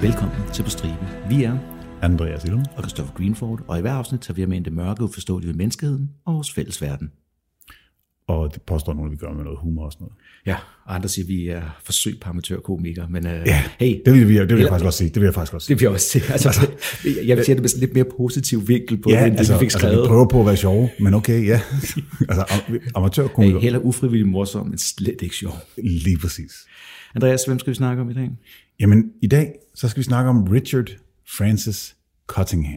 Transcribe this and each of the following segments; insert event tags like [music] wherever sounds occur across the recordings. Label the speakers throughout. Speaker 1: Velkommen til På Striben. Vi er
Speaker 2: Andreas Illum.
Speaker 1: og Christopher Greenford, og i hver afsnit tager vi jer med ind i det mørke, uforståelige ved menneskeheden og vores fælles verden.
Speaker 2: Og det påstår nogen, at vi gør med noget humor og sådan noget.
Speaker 1: Ja, og andre siger, at vi er forsøg på amatørkomikere, men øh, ja, hey,
Speaker 2: Det vil, vi, det vil jeg
Speaker 1: Eller-
Speaker 2: faktisk også sige. Det vil jeg faktisk også sige.
Speaker 1: det bliver også til. Altså, altså, jeg vil sige, at det er sådan lidt mere positiv vinkel på det, end det, vi fik
Speaker 2: altså,
Speaker 1: skrevet.
Speaker 2: vi prøver på at være sjove, men okay,
Speaker 1: [laughs]
Speaker 2: ja. altså, am- amatørkomiker,
Speaker 1: hey, heller ufrivillig morsom, men slet ikke sjov.
Speaker 2: lige præcis.
Speaker 1: Andreas, hvem skal vi snakke om i dag?
Speaker 2: Jamen, i dag, så skal vi snakke om Richard Francis Cottingham.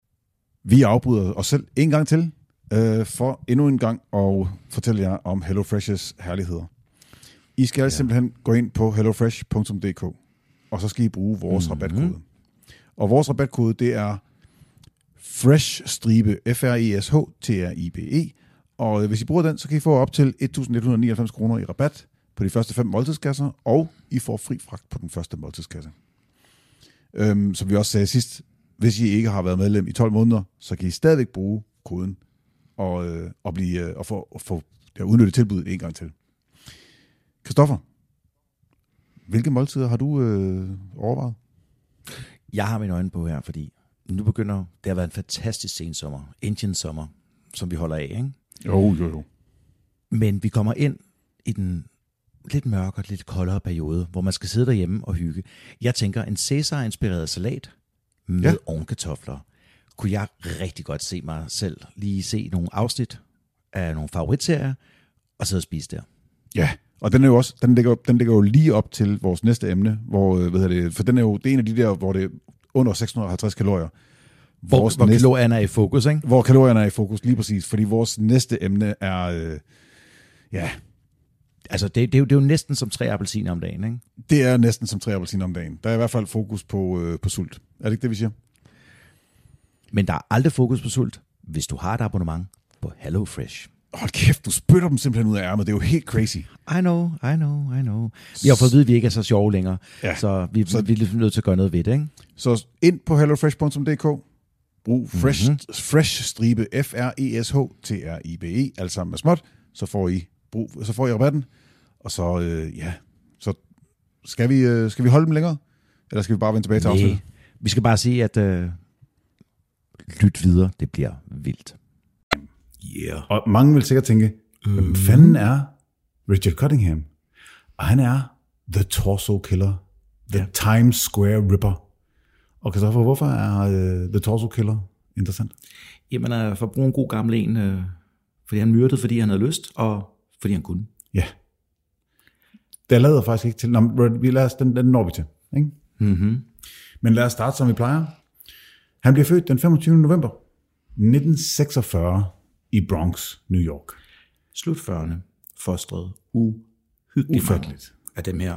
Speaker 2: Vi afbryder os selv en gang til, øh, for endnu en gang at fortælle jer om HelloFresh's herligheder. I skal ja. simpelthen gå ind på hellofresh.dk, og så skal I bruge
Speaker 1: Mhm.
Speaker 2: vores mm-hmm. rabatkode. Og vores rabatkode, det er FRESH-stribe, E F-R-E-S-H-T-R-I-B-E. Og øh, hvis I bruger den, så kan I få op til 1.199 kroner i rabat på de første fem måltidskasser, og I får fri fragt på den første måltidskasse. Øhm, som vi også sagde sidst, hvis I ikke har været medlem i 12 måneder, så kan I stadigvæk bruge koden og, øh, og, blive, øh, og få, og få ja, udnyttet tilbuddet en gang til. Kristoffer, hvilke måltider har du øh, overvejet?
Speaker 3: Jeg har mine øjne på her, fordi nu begynder, det har været en fantastisk sensommer, Indian sommer, som vi holder af, ikke?
Speaker 2: Jo, jo, jo.
Speaker 3: Men vi kommer ind i den lidt mørkere, lidt koldere periode, hvor man skal sidde derhjemme og hygge. Jeg tænker, en Cæsar-inspireret salat med
Speaker 2: Ja.
Speaker 3: ja. ovenkartofler, kunne jeg rigtig godt se mig selv lige se nogle afsnit af nogle favoritserier, og sidde og spise der.
Speaker 2: Ja, og den, er jo også, den, ligger, den ligger jo lige op til vores næste emne, hvor, øh, hvad hedder det, for den er jo det er en af de der, hvor det er under 650 kalorier.
Speaker 3: Hvor, hvor kalorierne er i fokus, ikke?
Speaker 2: hvor kalorierne er i fokus, lige præcis, fordi vores næste emne er, øh, ja,
Speaker 3: Altså, det, det, er jo, det er jo næsten som tre appelsiner om dagen, ikke?
Speaker 2: det er næsten som tre appelsiner om dagen. Der er i hvert fald fokus på, øh, på sult. Er det ikke det, vi siger?
Speaker 3: Men der er aldrig fokus på sult, hvis du har et abonnement på HelloFresh.
Speaker 2: Hold kæft, du spytter dem simpelthen ud af ærmet. Det er jo helt crazy.
Speaker 3: I know, I know, I know. Vi har fået at vide, at vi ikke er så sjove længere,
Speaker 2: Ja.
Speaker 3: ja. så vi, så... vi er ligesom nødt til at gøre noget ved det, ikke?
Speaker 2: Så ind på hellofresh.dk, brug fresh, mm-hmm. fresh stribe E F-R-E-S-H-T-R-I-B-E, E, alt sammen med småt, så får I, brug, så får I rabatten, og så, øh, ja, så skal vi, øh, skal vi holde dem længere, eller skal vi bare vende tilbage til afsnittet?
Speaker 3: Nej. Vi skal bare sige, at øh, lyt videre, det bliver vildt.
Speaker 1: Yeah.
Speaker 2: Og mange vil sikkert tænke, hvem fanden er Richard Cunningham? Og han er The Torso Killer. The ja. Times Square Ripper. Og Christoffer, hvorfor er uh, The Torso Killer interessant?
Speaker 1: Jamen, øh, for at bruge en god gammel en, øh, fordi han myrdede, fordi han havde lyst, og fordi han kunne.
Speaker 2: Ja. Det lader faktisk ikke til. Nå, men vi lader os, den, den når vi til. Ikke?
Speaker 1: Mm-hmm.
Speaker 2: Men lad os starte, som vi plejer. Han bliver født den 25. november 1946 i Bronx, New York.
Speaker 1: Slut 40'erne, fostret uhyggeligt
Speaker 2: Ufatteligt.
Speaker 1: af dem her.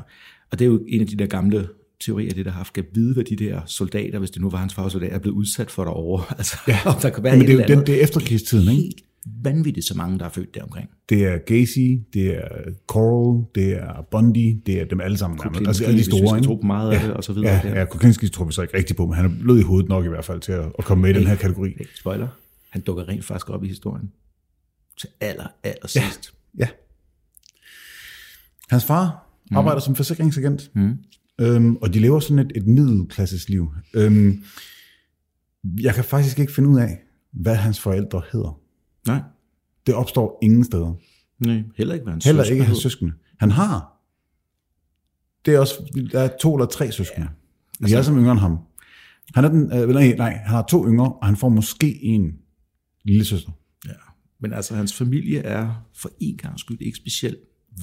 Speaker 1: Og det er jo en af de der gamle teorier, det der har haft, kan vide, hvad de der soldater, hvis det nu var hans far soldater, er blevet udsat for derovre. [laughs] Altså, ja. om der kan være
Speaker 2: Men det
Speaker 1: et
Speaker 2: er
Speaker 1: eller
Speaker 2: jo den,
Speaker 1: andet.
Speaker 2: det er efterkrigstiden, ikke?
Speaker 1: Helt vanvittigt, så mange, der er født deromkring.
Speaker 2: Det er Gacy, det er Coral, det er Bundy, det er dem alle sammen. nærmest. Altså alle de
Speaker 1: Hvis vi
Speaker 2: store,
Speaker 1: skal tro
Speaker 2: ikke?
Speaker 1: på meget af det, og så videre.
Speaker 2: Ja,
Speaker 1: Det er-
Speaker 2: ja, Kuklinski tror vi så ikke rigtigt på, men han er blød i hovedet nok i hvert fald til at, at komme med i den her kategori.
Speaker 1: Ikke spoiler. Han dukker rent faktisk op i historien. Til aller, aller sidst.
Speaker 2: Ja. Hans far
Speaker 1: Mm.
Speaker 2: arbejder som forsikringsagent, mm. øhm, og de lever sådan et, et middelklasses liv. Øhm, jeg kan faktisk ikke finde ud af, hvad hans forældre hedder.
Speaker 1: Ja. Nej,
Speaker 2: Det opstår ingen steder.
Speaker 1: nej, heller ikke, hvad han
Speaker 2: Heller
Speaker 1: søskende [laughs]
Speaker 2: ikke hans
Speaker 1: hed.
Speaker 2: søskende. Han har. Det er også, der er to eller tre søskende. Ja. Altså, de er som yngre end ham. Han er den, øh, nej, nej, han har to yngre, og han får måske en lille søster.
Speaker 1: Ja. Men altså, hans familie er for en gang skyld ikke specielt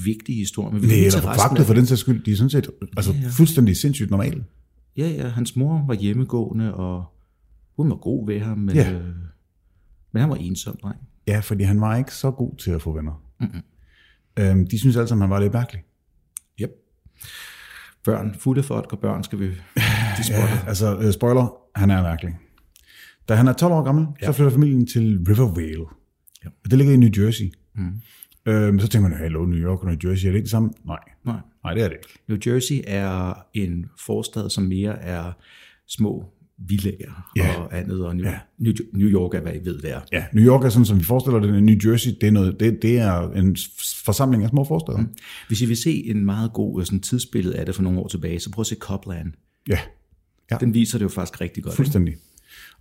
Speaker 1: vigtig i historien. Men vi
Speaker 2: Nej,
Speaker 1: er
Speaker 2: eller
Speaker 1: til resten af-
Speaker 2: forpagtet for den sags skyld. De er sådan set altså, ja. fuldstændig sindssygt normale.
Speaker 1: Ja, ja, hans mor var hjemmegående, og hun var god ved ham, men,
Speaker 2: Ja.
Speaker 1: ja. øh, men han var ensom, dreng.
Speaker 2: Ja, fordi han var ikke så god til at få venner. Mm-hmm. Øhm, de synes alle sammen, han var lidt mærkelig.
Speaker 1: Yep. Børn, fulde for og børn skal
Speaker 2: [laughs]
Speaker 1: vi... De spotter.
Speaker 2: Ja, altså, øh, spoiler, han er mærkelig. Da han er 12 år gammel, ja. så flytter familien til Rivervale. Ja.
Speaker 1: Ja.
Speaker 2: Det ligger i New Jersey. Mm. Øhm, så tænker man, hallo, New York og New Jersey, er det ikke det samme? Nej,
Speaker 1: Nej.
Speaker 2: nej, det er det ikke.
Speaker 1: New Jersey er en forstad, som mere er små villager
Speaker 2: Ja.
Speaker 1: ja. og andet, og New,
Speaker 2: Ja.
Speaker 1: ja. New, New York er, hvad I ved, det er.
Speaker 2: Ja, New York er sådan, som vi forestiller det. New Jersey, det er, noget, det, det er en s- forsamling af små forsteder. Mm.
Speaker 1: Hvis I vil se en meget god øh, sådan, tidsbillede af det for nogle år tilbage, så prøv at se Copland.
Speaker 2: Ja,
Speaker 1: Ja. Den viser det jo faktisk rigtig godt. ikke?
Speaker 2: Fuldstændig.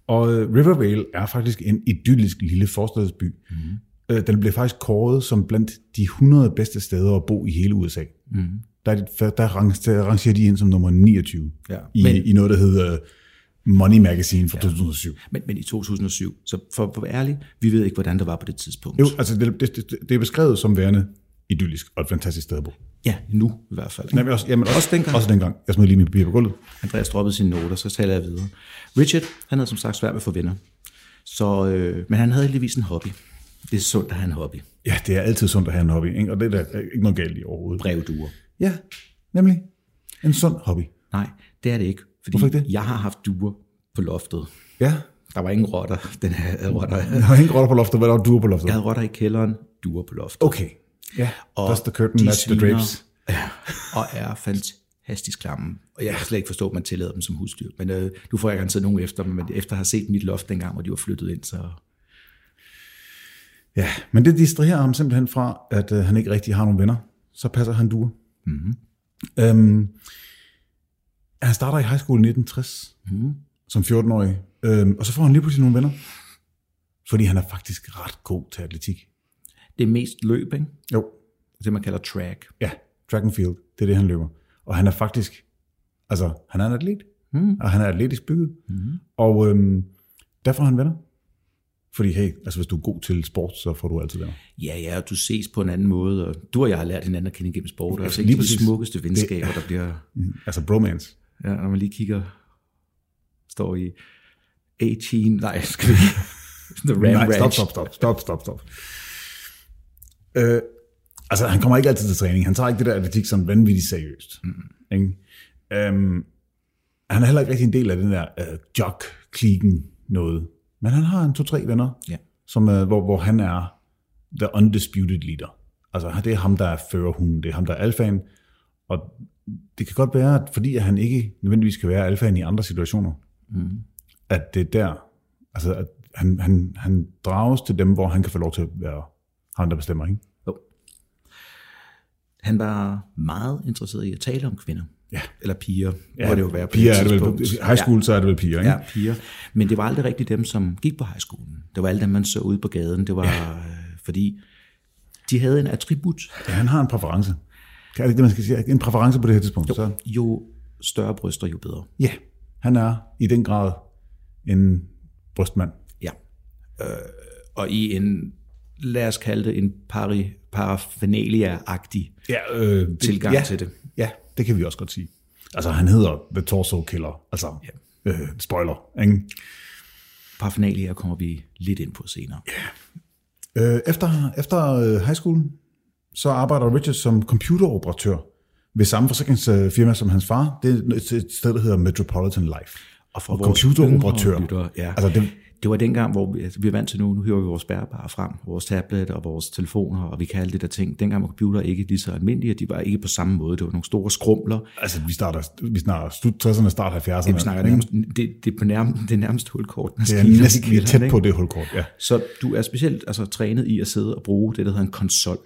Speaker 2: Og øh, Rivervale er faktisk en idyllisk lille forstadsby. Mm. Den blev faktisk kåret som blandt de 100 bedste steder at bo i hele USA. Mm. Der, er de, der rangerer rangerer de ind som nummer 29
Speaker 1: Ja,
Speaker 2: i,
Speaker 1: men-
Speaker 2: i noget, der hedder øh, Money Magazine fra ja. 2007.
Speaker 1: Men, men i 2007, så for, for at være ærlig, vi ved ikke, hvordan det var på det tidspunkt.
Speaker 2: Jo, altså det, det, det, det er beskrevet som værende idyllisk og et fantastisk sted at bo.
Speaker 1: Ja, nu i hvert fald.
Speaker 2: Jamen, også, jamen, også,
Speaker 1: Også dengang.
Speaker 2: Også dengang. Jeg smed lige mine papirer på gulvet.
Speaker 1: Andreas droppede sine noter, så taler jeg videre. Richard, han havde som sagt svært ved at få venner. Så, øh, men han havde heldigvis en hobby. Det er sundt at have en hobby.
Speaker 2: Ja, det er altid sundt at have en hobby, ikke? og det er der ikke noget galt i overhovedet.
Speaker 1: Brevduer.
Speaker 2: Ja, nemlig. En sund hobby.
Speaker 1: Nej, det er det ikke. Fordi
Speaker 2: Hvorfor ikke det?
Speaker 1: jeg har haft duer på loftet.
Speaker 2: Ja.
Speaker 1: Der var ingen rotter. [laughs] Den her rotter.
Speaker 2: Der er ingen rotter på loftet, hvad der er duer på loftet.
Speaker 1: Jeg havde rotter i kælderen, duer på loftet.
Speaker 2: Okay. Ja, og that's the Oh, curtain,
Speaker 1: de
Speaker 2: that's the
Speaker 1: sviner
Speaker 2: drapes.
Speaker 1: og er fantastisk klamme. Og jeg kan slet ikke forstå, at man tillader dem som husdyr. Men øh, nu får jeg garanteret nogen efter dem, men efter at have set mit loft dengang, hvor de var flyttet ind, så...
Speaker 2: Ja, men det distraherer ham simpelthen fra, at øh, han ikke rigtig har nogen venner. Så passer han duer. Mm-hmm. Øhm, han starter i high school i 1960, mm-hmm. som 14-årig. Øhm, og så får han lige pludselig nogle venner. Fordi han er faktisk ret god til atletik.
Speaker 1: Det er mest løb, ikke?
Speaker 2: Jo.
Speaker 1: Det, man kalder track.
Speaker 2: Ja, track and field. Det er det, han løber. Og han er faktisk, altså, han er en atlet. Mm. Og han er atletisk bygget. Mm. Og øhm, derfor har han venner. Fordi hey, altså hvis du er god til sport, så får du altid venner.
Speaker 1: Ja, ja, og du ses på en anden måde, og du og jeg har lært hinanden at kende gennem sport, og altså
Speaker 2: lige
Speaker 1: ikke de
Speaker 2: præcis.
Speaker 1: smukkeste venskaber, der bliver...
Speaker 2: Altså bromance.
Speaker 1: Ja, når man lige kigger, står i 18... Nej, skal vi... [laughs] The Ram
Speaker 2: Nej, stop,
Speaker 1: Ranch.
Speaker 2: stop, stop, stop, stop, stop. Øh, altså, han kommer ikke altid til træning. Han tager ikke det der atletik sådan vanvittigt seriøst.
Speaker 1: Mm-hmm.
Speaker 2: Mm. Ikke? Øhm, han er heller ikke rigtig en del af den der øh, jog-klikken noget. Men han har en to-tre venner,
Speaker 1: Ja.
Speaker 2: som, øh, hvor, hvor han er the undisputed leader. Altså, det er ham, der er førerhunden. Det er ham, der er alfaen. Og det kan godt være, at fordi at han ikke nødvendigvis kan være alfaen i andre situationer,
Speaker 1: Mm-hmm.
Speaker 2: at det er der, altså at han, han, han drages til dem, hvor han kan få lov til at være ham, der bestemmer, ikke?
Speaker 1: Jo. Han var meget interesseret i at tale om kvinder. Ja. Eller piger, ja. må det jo være på
Speaker 2: piger
Speaker 1: det
Speaker 2: er det vel,
Speaker 1: tidspunkt.
Speaker 2: high school, ja. så er det vel piger, ikke?
Speaker 1: Ja, ja, piger. Men det var aldrig rigtig dem, som gik på højskolen. Det var alle dem, man så ude på gaden. Det var ja. fordi, de havde en attribut.
Speaker 2: Ja, han har en præference. Er det ikke det, man skal sige? En præference på det her tidspunkt. Jo. Så,
Speaker 1: Jo større bryster, jo bedre.
Speaker 2: ja, han er i den grad en brystmand.
Speaker 1: Ja. Øh, og i en, lad os kalde det en pari, paraphernalia-agtig
Speaker 2: Ja, øh, det,
Speaker 1: tilgang
Speaker 2: ja,
Speaker 1: til det.
Speaker 2: Ja, det kan vi også godt sige. Altså, han hedder The Torso Killer. Altså, ja. øh, spoiler, ikke?
Speaker 1: Paraphernalia kommer vi lidt ind på senere.
Speaker 2: Øh, efter efter øh, high school, så arbejder Richard som computeroperatør ved samme forsikringsfirma som hans far. Det er et- et sted, der hedder Metropolitan Life.
Speaker 1: Og for vores
Speaker 2: computeroperatør.
Speaker 1: yngre lyttere, Ja.
Speaker 2: Altså,
Speaker 1: Altså
Speaker 2: det-
Speaker 1: det, det var dengang, hvor vi, altså, vi er vant til nu, nu hører vi vores bærbare frem, vores tablet og vores telefoner, og vi kan alle det der ting. Dengang var computer ikke lige så almindelige, og de var ikke på samme måde. Det var nogle store skrumler.
Speaker 2: Altså, vi starter, vi snakker slut 60'erne, start 70'erne.
Speaker 1: Vi snakker nærmest, det, det, er på nærmest, det er nærmest hulkort.
Speaker 2: det er næsten vi er tæt på det hulkort, ja.
Speaker 1: Så du er specielt altså, trænet i at sidde og bruge det, der hedder en konsol.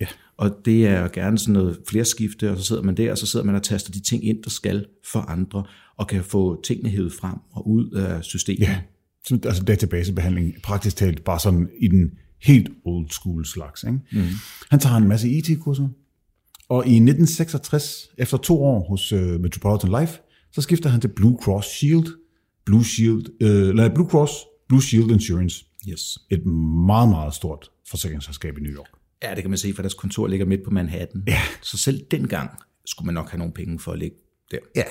Speaker 2: Ja.
Speaker 1: Og det er gerne sådan noget flerskifte, og så sidder man der, og så sidder man og taster de ting ind, der skal for andre, og kan få tingene hævet frem og ud af systemet.
Speaker 2: ja. Så, altså databasebehandling, praktisk talt bare sådan i den helt old school slags. Ikke? Mm. Han tager en masse IT-kurser, og i 1966, efter to år hos øh, Metropolitan Life, så skifter han til Blue Cross Shield, Blue Shield, øh, eller Blue Cross, Blue Shield Insurance.
Speaker 1: Yes.
Speaker 2: Et meget, meget stort forsikringsselskab i New York.
Speaker 1: Ja, det kan man se, for deres kontor ligger midt på Manhattan. Ja. Så selv dengang skulle man nok have nogle penge for at ligge der.
Speaker 2: Ja.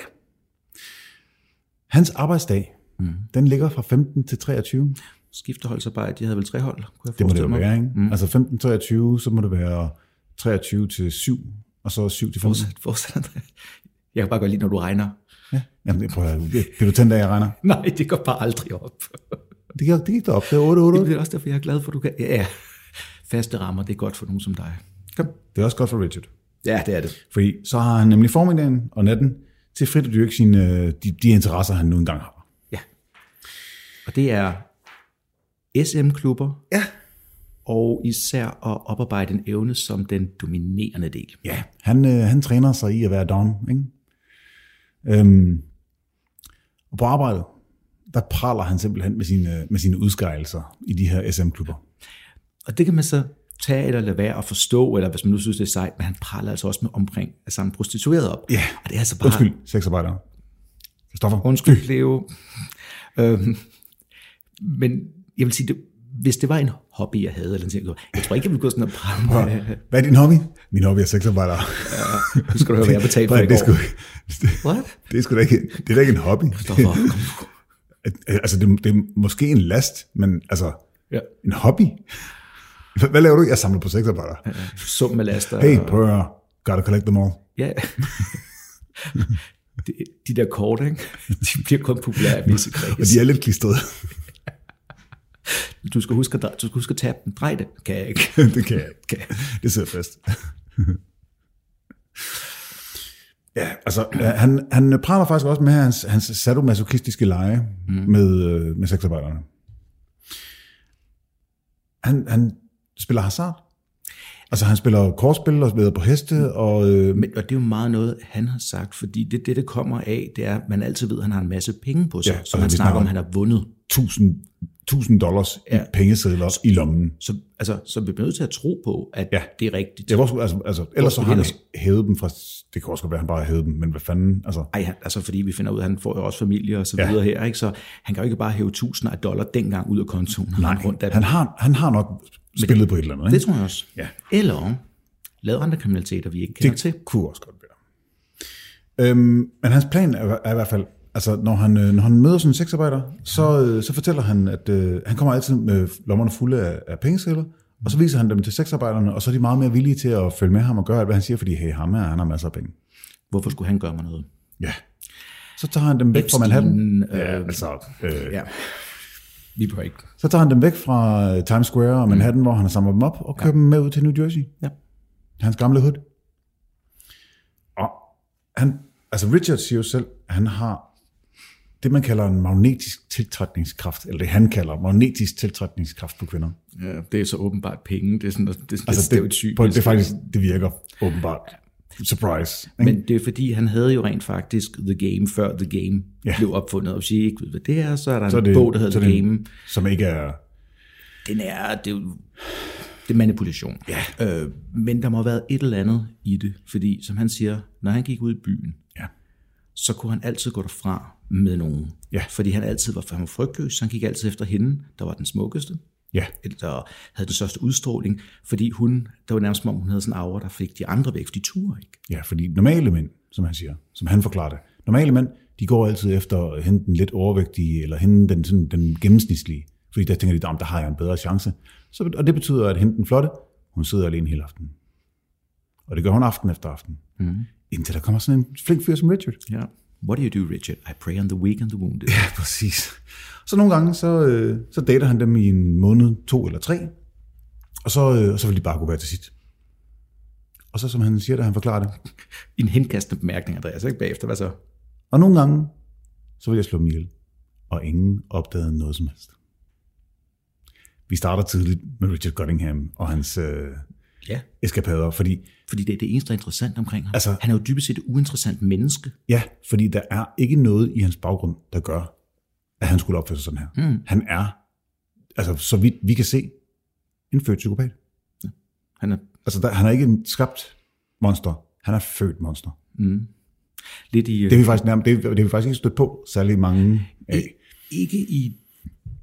Speaker 2: Hans arbejdsdag, mm. den ligger fra 15 til 23.
Speaker 1: Skiftehold så bare, at de havde vel tre hold, kunne jeg
Speaker 2: Det må det
Speaker 1: forestille
Speaker 2: jo
Speaker 1: mig.
Speaker 2: være, ikke? Mm. Altså 15 til 23, så må det være 23 til 7, og så 7 til 15.
Speaker 1: Fortsæt, [laughs] fortsæt, Andreas. Jeg kan bare godt lide, når du regner.
Speaker 2: Jamen, det prøver jeg. Det- Kan du tænde af, jeg regner?
Speaker 1: Nej, det går bare aldrig op.
Speaker 2: Det gik, det gik derop. Det er 8, 8,
Speaker 1: Det er også derfor, jeg er glad for, at du kan... Ja, faste rammer, det er godt for nogen som dig. Kom.
Speaker 2: Det er også godt for Richard.
Speaker 1: Ja, det er det.
Speaker 2: Fordi så har han nemlig formiddagen og natten til frit at dyrke sine, øh, de, de interesser, han nu engang har.
Speaker 1: Ja. Og det er SM-klubber. Ja. Og især at oparbejde en evne som den dominerende del.
Speaker 2: Ja, han, øh, han træner sig i at være down, ikke? Øhm, Og på arbejdet, der praler han simpelthen med sine, med sine udskejelser i de her SM-klubber.
Speaker 1: Og det kan man så tage eller lade være at forstå, eller hvis man nu synes, det er sejt, men han praller altså også med omkring at samme prostitueret op.
Speaker 2: Ja.
Speaker 1: Og det er altså bare...
Speaker 2: Undskyld, sexarbejdere. Kristoffer.
Speaker 1: Undskyld, Leo. øhm, men jeg vil sige, det, hvis det var en hobby, jeg havde, eller sådan noget, jeg tror ikke, jeg ville gå sådan og prale med...
Speaker 2: Hvad er din hobby? Min hobby er sexarbejdere.
Speaker 1: Nu [laughs] skal du høre, hvad jeg betalte for i
Speaker 2: det, er sgu,
Speaker 1: går.
Speaker 2: det,
Speaker 1: What?
Speaker 2: det, er sgu [laughs] da ikke, det er da ikke en hobby.
Speaker 1: Kristoffer, kom nu.
Speaker 2: altså, det, det er måske en last, men altså,
Speaker 1: Ja.
Speaker 2: en hobby? Hvad- Hvad laver du? Jeg samler på sexarbejdere.
Speaker 1: Sum med laster.
Speaker 2: Hey,
Speaker 1: og-
Speaker 2: prøv at høre. Gotta collect them all.
Speaker 1: Ja. [laughs] de, de der kort, ikke? de bliver kun populære i visse
Speaker 2: Og de
Speaker 1: kredse.
Speaker 2: er lidt klistrede.
Speaker 1: Du skal huske at, dre- du skal huske at tabe den. Drej det. Kan jeg ikke.
Speaker 2: [laughs] det kan jeg ikke.
Speaker 1: Kan jeg.
Speaker 2: Det sidder fast. [laughs] ja, altså, øh, han, han praler faktisk også med hans, hans sadomasochistiske lege mm. med, øh, med sexarbejderne. Han, han spiller hasard. Altså, han spiller kortspil og spiller på heste, og øh,
Speaker 1: Men, og det er jo meget noget, han har sagt, fordi det, det, det kommer af, det er, at man altid ved, at han har en masse penge på sig,
Speaker 2: Ja,
Speaker 1: ja,
Speaker 2: og
Speaker 1: så
Speaker 2: han
Speaker 1: man
Speaker 2: vil
Speaker 1: snakker om,
Speaker 2: snakke
Speaker 1: at han har vundet.
Speaker 2: 1000, 1000 dollars ja. i
Speaker 1: Ja.
Speaker 2: pengesedler i lommen.
Speaker 1: Så, altså, så vi bliver nødt til at tro på, at
Speaker 2: Ja.
Speaker 1: ja. det er rigtigt.
Speaker 2: Det var også, altså, altså, ellers så har han
Speaker 1: Ellers-
Speaker 2: hævet dem fra... Det kan også godt være, at han bare hævede dem, men hvad fanden? Altså,
Speaker 1: Ej, han, altså fordi vi finder ud af, at han får jo også familie og så
Speaker 2: Ja.
Speaker 1: videre her, ikke? så han kan jo ikke bare hæve tusinder af dollar dengang ud af kontoen. Nej, rundt af
Speaker 2: han, har, han har nok spillet på et eller andet, ikke?
Speaker 1: Det tror jeg også.
Speaker 2: Ja.
Speaker 1: Eller lavet andre kriminaliteter, vi ikke kender
Speaker 2: Det
Speaker 1: til.
Speaker 2: kunne også godt være. Øhm, men hans plan er, er i hvert fald, altså når han, øh, når han møder sådan en sexarbejder, så, øh, så fortæller han, at øh, han kommer altid med lommerne fulde af, af pengesedler, og så viser han dem til sexarbejderne, og så er de meget mere villige til at følge med ham og gøre alt, hvad han siger, fordi hey, ham her, han har masser af penge.
Speaker 1: Hvorfor skulle han gøre mig noget?
Speaker 2: Ja. Så tager han dem væk fra Manhattan.
Speaker 1: Epstein, øh,
Speaker 2: altså, øh,
Speaker 1: Ja. Vi behøver ikke.
Speaker 2: Så tager han dem væk fra øh, Times Square og Manhattan, mm. hvor han har samlet dem op, og kører ja. dem med ud til New Jersey.
Speaker 1: Ja.
Speaker 2: Hans gamle hood. Og han, altså Richard siger jo selv, han har det, man kalder en magnetisk tiltrækningskraft, eller det han kalder magnetisk tiltrækningskraft på kvinder.
Speaker 1: Ja, det er så åbenbart penge. Det er sådan, det er sådan
Speaker 2: Altså det, på, det, er faktisk, det virker åbenbart. Surprise. ikke?
Speaker 1: Men det er fordi, han havde jo rent faktisk The Game, før The Game
Speaker 2: Ja.
Speaker 1: ja. blev opfundet. Og hvis I ikke ved, hvad det er, så er der
Speaker 2: Så
Speaker 1: så
Speaker 2: er
Speaker 1: en bog, der hedder
Speaker 2: så er
Speaker 1: The
Speaker 2: det en-
Speaker 1: Game.
Speaker 2: Som ikke er...
Speaker 1: Den er, det er, jo- det er manipulation. Ja. Øh, men der må have været et eller andet i det. Fordi, som han siger, når han gik ud i byen,
Speaker 2: Ja.
Speaker 1: så kunne han altid gå derfra med nogen.
Speaker 2: Ja.
Speaker 1: Fordi han altid var, han var frygtløs, så han gik altid efter hende, der var den smukkeste,
Speaker 2: Ja.
Speaker 1: eller havde den største udstråling, fordi hun, der var nærmest som om, hun havde sådan en aura, der fik de andre væk, for de turde ikke.
Speaker 2: Ja, fordi normale mænd, som han siger, som han forklarer det, normale mænd, de går altid efter hende den lidt overvægtige, eller hende den, sådan, den gennemsnitlige, fordi der tænker de, "Nå, men der har jeg en bedre chance. Så, og det betyder, at hende den flotte, hun sidder alene hele aftenen. Og det gør hun aften efter aften. Mm. Indtil der kommer sådan en flink fyr som Richard.
Speaker 1: Ja. What do you do, Richard? I pray on the weak and the wounded.
Speaker 2: Ja, præcis. Så nogle gange, så, øh, så dater han dem i en måned, to eller tre, og så, øh, og så vil de bare gå hver til sit. Og så, som han siger, da han forklarer det,
Speaker 1: En henkastende bemærkning, Andreas, ikke bagefter, hvad så?
Speaker 2: Og nogle gange, så vil jeg slå dem ihjel, og ingen opdagede noget som helst. Vi starter tidligt med Richard Cunningham og hans øh,
Speaker 1: Ja.
Speaker 2: eskapader, fordi,
Speaker 1: Fordi det er det eneste, der er interessant omkring ham.
Speaker 2: Altså-
Speaker 1: han er jo dybest set et uinteressant menneske.
Speaker 2: ja, fordi der er ikke noget i hans baggrund, der gør, at han skulle opføre sig sådan her. Mm. Han er, altså så vidt vi kan se, en født psykopat.
Speaker 1: Han er
Speaker 2: Altså der, han er ikke en skabt monster, han er født monster.
Speaker 1: lidt i... øh,
Speaker 2: Det er vi faktisk, nærmest, det, er- det er vi faktisk ikke stødt på særlig mange af.
Speaker 1: Ikke i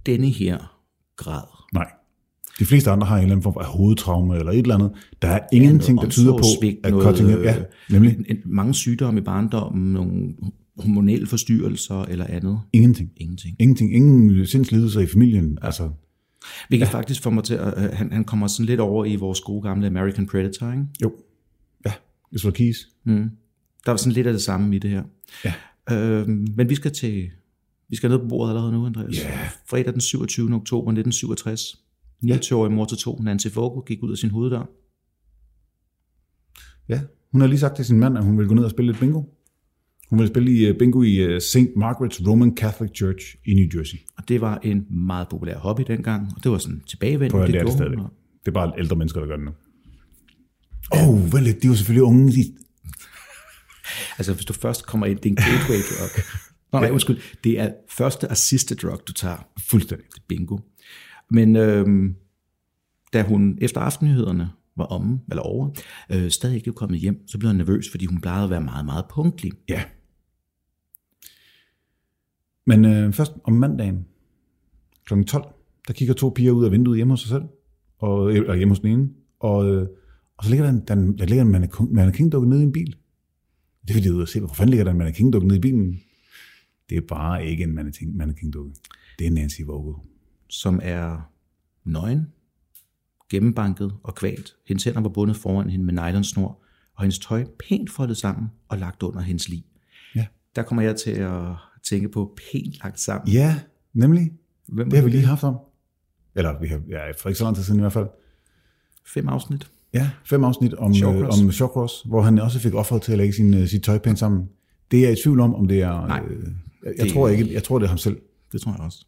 Speaker 1: denne her grad.
Speaker 2: Nej. De fleste andre har en eller anden form for hovedtraume eller et eller andet. Der er ingenting, der tyder på,
Speaker 1: omsorgssvigt,
Speaker 2: at
Speaker 1: noget, øh,
Speaker 2: Cottingham... Ja, nemlig
Speaker 1: En- en- Mange sygdomme i barndommen, nogle hormonelle forstyrrelser eller andet.
Speaker 2: ingenting.
Speaker 1: Ingenting.
Speaker 2: Ingenting. Ingen sindslidelser i familien. Altså,
Speaker 1: Hvilket ja. faktisk får mig til at... øh, Han, han kommer sådan lidt over i vores gode gamle American Predator, ikke?
Speaker 2: jo. Ja, det var Keys.
Speaker 1: Der var sådan lidt af det samme i det her.
Speaker 2: Ja.
Speaker 1: Øhm, men vi skal til... Vi skal ned på bordet allerede nu, Andreas.
Speaker 2: Ja.
Speaker 1: Fredag den 27. oktober 1967. 29-årig mor til to, Nancy Fogo, gik ud af sin hoveddør.
Speaker 2: Ja. Hun har lige sagt til sin mand, at hun vil gå ned og spille lidt bingo. Hun vil spille i øh, bingo i øh, St. Margaret's Roman Catholic Church i New Jersey.
Speaker 1: Og det var en meget populær hobby dengang, og det var sådan
Speaker 2: Prøv
Speaker 1: tilbagevendende.
Speaker 2: at det er
Speaker 1: gjorde
Speaker 2: det
Speaker 1: hun,
Speaker 2: stadigvæk.
Speaker 1: og-
Speaker 2: Det er bare ældre mennesker, der gør det nu. Åh, oh, vel lidt. De var selvfølgelig unge. De... [laughs]
Speaker 1: Altså, hvis du først kommer ind, det er en gateway drug. Nå, nej, undskyld. Det er første og sidste drug, du tager.
Speaker 2: Fuldstændig.
Speaker 1: Bingo. Men øhm, da hun efter aftennyhederne var omme, eller over, øh, stadig ikke var kommet hjem, så blev hun nervøs, fordi hun plejede at være meget, meget punktlig.
Speaker 2: Ja. Men øh, først om mandagen kl. 12, der kigger to piger ud af vinduet hjemme hos sig selv, og, eller hjemme hos den ene, og, øh, og så ligger der en, der, der ligger en mannequin- mannequin-dukke nede i en bil. Det er fordi, de er ude at se, hvor fanden ligger der en mannequin-dukke nede i bilen? Det er bare ikke en mannequin- mannequin-dukke. Det er Nancy Vogel.
Speaker 1: som er nøgen, gennembanket og kvalt. Hendes hænder var bundet foran hende med nylonsnor, og hendes tøj pænt foldet sammen og lagt under hendes lig.
Speaker 2: Ja.
Speaker 1: Der kommer jeg til at tænke på pænt lagt sammen.
Speaker 2: Ja, nemlig.
Speaker 1: Hvem
Speaker 2: Det har vi lige haft om. Eller vi har, ja, for ikke så lang tid siden i hvert fald.
Speaker 1: Fem afsnit.
Speaker 2: Ja, fem afsnit om
Speaker 1: Shawcross.
Speaker 2: Shawcross, øh, om Shawcross hvor han også fik offeret til at lægge sin, øh, sit tøj pænt sammen. Det er jeg i tvivl om, om det er...
Speaker 1: Nej.
Speaker 2: Øh, jeg, jeg
Speaker 1: Det-
Speaker 2: tror ikke, jeg tror, det er ham selv.
Speaker 1: Det tror jeg også.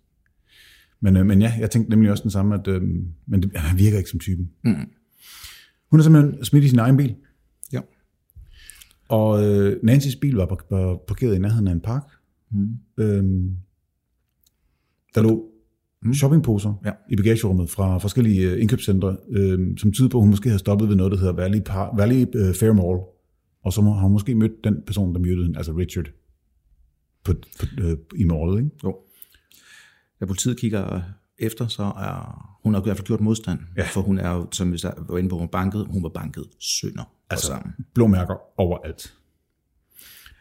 Speaker 2: Men, øh, men ja, jeg tænkte nemlig også den samme, at øh, men det, han virker ikke som typen. Mm. Hun er simpelthen smidt i sin egen bil,
Speaker 1: Ja.
Speaker 2: og øh, Nancy's bil var, par- var parkeret i nærheden af en park.
Speaker 1: Hmm.
Speaker 2: Mm. Øhm, der lå mm. shoppingposer
Speaker 1: Ja.
Speaker 2: ja. i bagagerummet fra forskellige øh, indkøbscentre, øh, som tyder på, at hun måske havde stoppet ved noget, der hedder Valley, Par- Valley øh, Fair Mall. Og så må- har hun måske mødt den person, der myrdede hende, altså Richard, på, på, øh, i mallet. Ikke?
Speaker 1: Jo. Da politiet kigger efter, så er hun har i hvert fald gjort modstand. Ja. For hun er jo, som vi sa- var inde på, hun var banket. Hun var banket sønder altså. sammen.
Speaker 2: blå mærker overalt.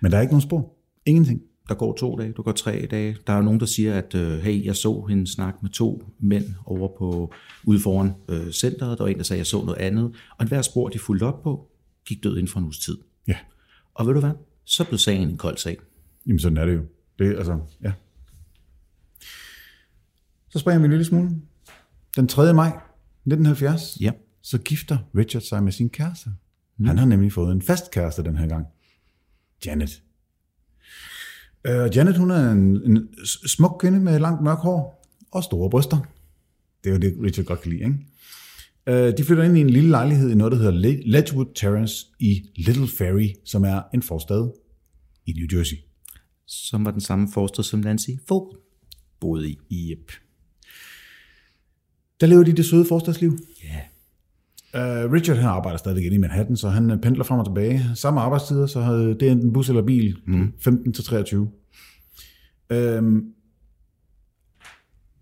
Speaker 2: Men der er ikke nogen spor. Ingenting.
Speaker 1: Der går to dage, der går tre dage. Der er nogen, der siger, at øh, hey, jeg så hende snakke med to mænd over på ude foran øh, centret. Der var en, der sagde, at jeg så noget andet. Og hver spor, de fulgte op på, gik død inden for en uges tid.
Speaker 2: Ja.
Speaker 1: Og ved du hvad? Så blev sagen en kold sag.
Speaker 2: Jamen sådan er det jo. Det, er, altså, ja. Så springer vi en lille smule. Den 3. maj 1970,
Speaker 1: Ja.
Speaker 2: så gifter Richard sig med sin kæreste. Mm. Han har nemlig fået en fast kæreste den her gang. Janet. Uh, Janet, hun er en, en s- smuk kvinde med langt mørkt hår og store bryster. Det er jo det, Richard godt kan lide, ikke? Uh, de flytter ind i en lille lejlighed i noget, der hedder Le- Ledgewood Terrace i Little Ferry, som er en forstad i New Jersey.
Speaker 1: Som var den samme forstad, som Nancy Fogel boede i. Yep.
Speaker 2: Der lever de det søde forstadsliv.
Speaker 1: Ja.
Speaker 2: Uh, Richard han arbejder stadigvæk inde i Manhattan, så han øh, pendler frem og tilbage. Samme arbejdstider, så øh, det er enten bus eller bil, mm. 15 til 23. Øhm,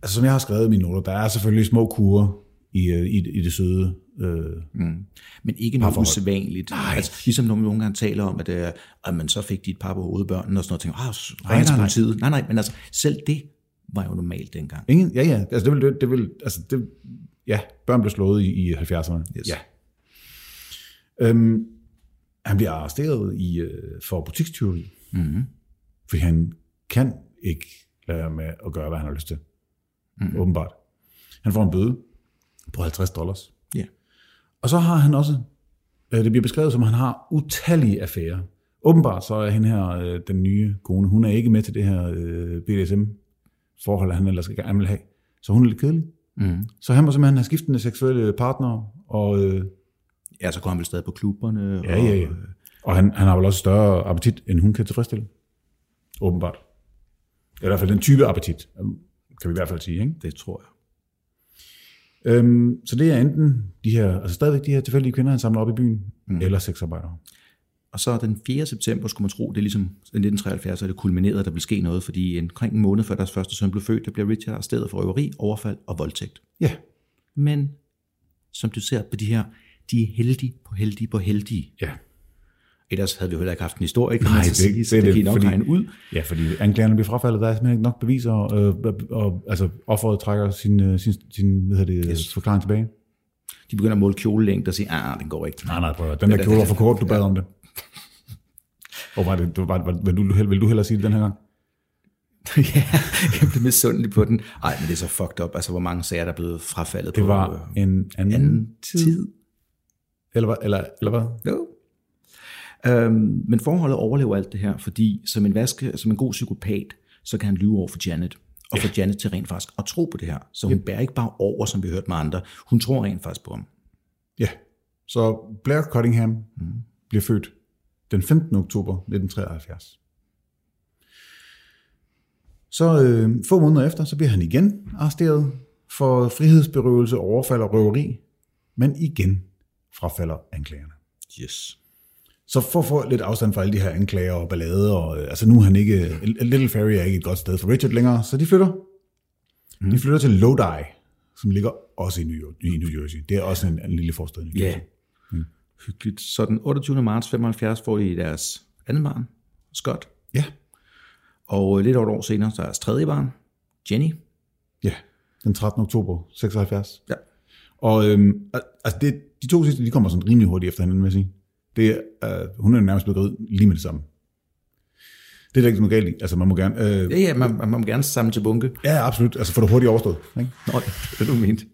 Speaker 2: altså som jeg har skrevet i mine noter, der er selvfølgelig små kurer i, øh, i, i det søde. Øh,
Speaker 1: Men ikke noget
Speaker 2: Parforhold.
Speaker 1: usædvanligt. Altså, ligesom når man nogle gange taler om, at, øh, at man så fik de et par på hovedbørnene og sådan noget. Tænker, ah, nej,
Speaker 2: nej,
Speaker 1: nej,
Speaker 2: nej.
Speaker 1: politiet. Nej, nej, men altså, selv det var jo normalt dengang.
Speaker 2: ingen, ja, ja, altså det vil, det, det vil, altså det, ja, børn blev slået i, i 70'erne.
Speaker 1: Yes.
Speaker 2: Ja. Øhm, han bliver arresteret i, øh, for butikstyveri. Mm-hmm. Fordi han kan ikke lade være med at gøre, hvad han har lyst til. Mm-hmm. Åbenbart. Han får en bøde på 50 dollars.
Speaker 1: Ja.
Speaker 2: Og så har han også, øh, det bliver beskrevet som, at han har utallige affærer. Åbenbart så er hende her, øh, den nye kone, hun er ikke med til det her øh, BDSM-forhold, han ellers gerne vil have. Så hun er lidt kedelig.
Speaker 1: Mm.
Speaker 2: Så han må simpelthen have skiftende seksuelle partnere, og, øh,
Speaker 1: Ja, så går han vel stadig på klubberne.
Speaker 2: ja, ja, ja.
Speaker 1: Og,
Speaker 2: og han, han har vel også større appetit, end hun kan tilfredsstille. Åbenbart. I hvert fald den type appetit, øh, kan vi i hvert fald sige. Ikke?
Speaker 1: det tror jeg.
Speaker 2: Øhm, så det er enten de her, altså stadigvæk de her tilfældige kvinder, han samler op i byen, mm. eller sexarbejdere.
Speaker 1: Og så den 4. september, skulle man tro, det er ligesom 1973, at det kulminerede, at der ville ske noget, fordi omkring en måned før deres første søn blev født, der bliver Richard arresteret for røveri, overfald og voldtægt.
Speaker 2: Ja,
Speaker 1: Men som du ser på de her, de er heldige på heldige på heldige.
Speaker 2: ja.
Speaker 1: Ellers havde vi jo heller ikke haft en historie, kan
Speaker 2: Nej,
Speaker 1: man så
Speaker 2: det,
Speaker 1: sige,
Speaker 2: det,
Speaker 1: så
Speaker 2: det,
Speaker 1: det
Speaker 2: det,
Speaker 1: kan I nok
Speaker 2: fordi,
Speaker 1: regne ud.
Speaker 2: Ja, fordi anklagerne bliver frafaldet, der er simpelthen ikke nok beviser, og, øh, og altså, offeret trækker sin, øh, sin, sin hvad hedder det, yes. forklaring tilbage.
Speaker 1: De begynder at måle kjolelængde og sige, ah, den går ikke. [laughs]
Speaker 2: Nej, nej, prøv at, den der kjole var for kort, du bad om det. Og var det, du- var, var, vil, du, hell- vil du hellere sige det den her gang?
Speaker 1: ja, jeg blev misundelig på den. Ej, men det er så fucked up. Altså, hvor mange sager, der er blevet frafaldet
Speaker 2: Det
Speaker 1: på
Speaker 2: var
Speaker 1: øh,
Speaker 2: en anden,
Speaker 1: anden tid.
Speaker 2: Eller, hvad- eller, eller hvad?
Speaker 1: Jo. Øhm, men forholdet overlever alt det her, fordi som en, vaske, som en god psykopat, så kan han lyve over for Janet, og ja. få Janet til rent faktisk at tro på det her. Så hun ja. bærer ikke bare over, som vi hørte med andre. Hun tror rent faktisk på ham.
Speaker 2: Ja. Så Blair Cunningham mm. bliver født den 15. oktober 1973. Så øh, få måneder efter, så bliver han igen arresteret for frihedsberøvelse, overfald og røveri, men igen frafalder anklagerne.
Speaker 1: Yes.
Speaker 2: Så for at få lidt afstand fra alle de her anklager og ballader, og, øh, altså nu er han ikke, Little Ferry er ikke et godt sted for Richard længere, så de flytter. Mm. De flytter til Lodi, som ligger også i New, York, i New Jersey. Det er også en, en lille forstad i New Jersey.
Speaker 1: Ja. Mm. Hyggeligt. Så den 28. marts 75 får de deres andet barn, Scott.
Speaker 2: Ja.
Speaker 1: Og øh, lidt over et år senere, så er deres tredje barn, Jenny.
Speaker 2: Ja, den 13. oktober 76.
Speaker 1: Ja.
Speaker 2: Og øhm, al- altså det, de to sidste, de kommer sådan rimelig hurtigt efter hinanden, vil jeg sige. Det, er, øh, hun er jo nærmest blevet gravid lige med det samme. Det er der ikke noget galt i. Altså man må gerne... Øh,
Speaker 1: Ja, ja, man, man må gerne samle til bunke.
Speaker 2: ja, absolut. Altså få det hurtigt overstået. Ikke?
Speaker 1: Nå, det er du mente.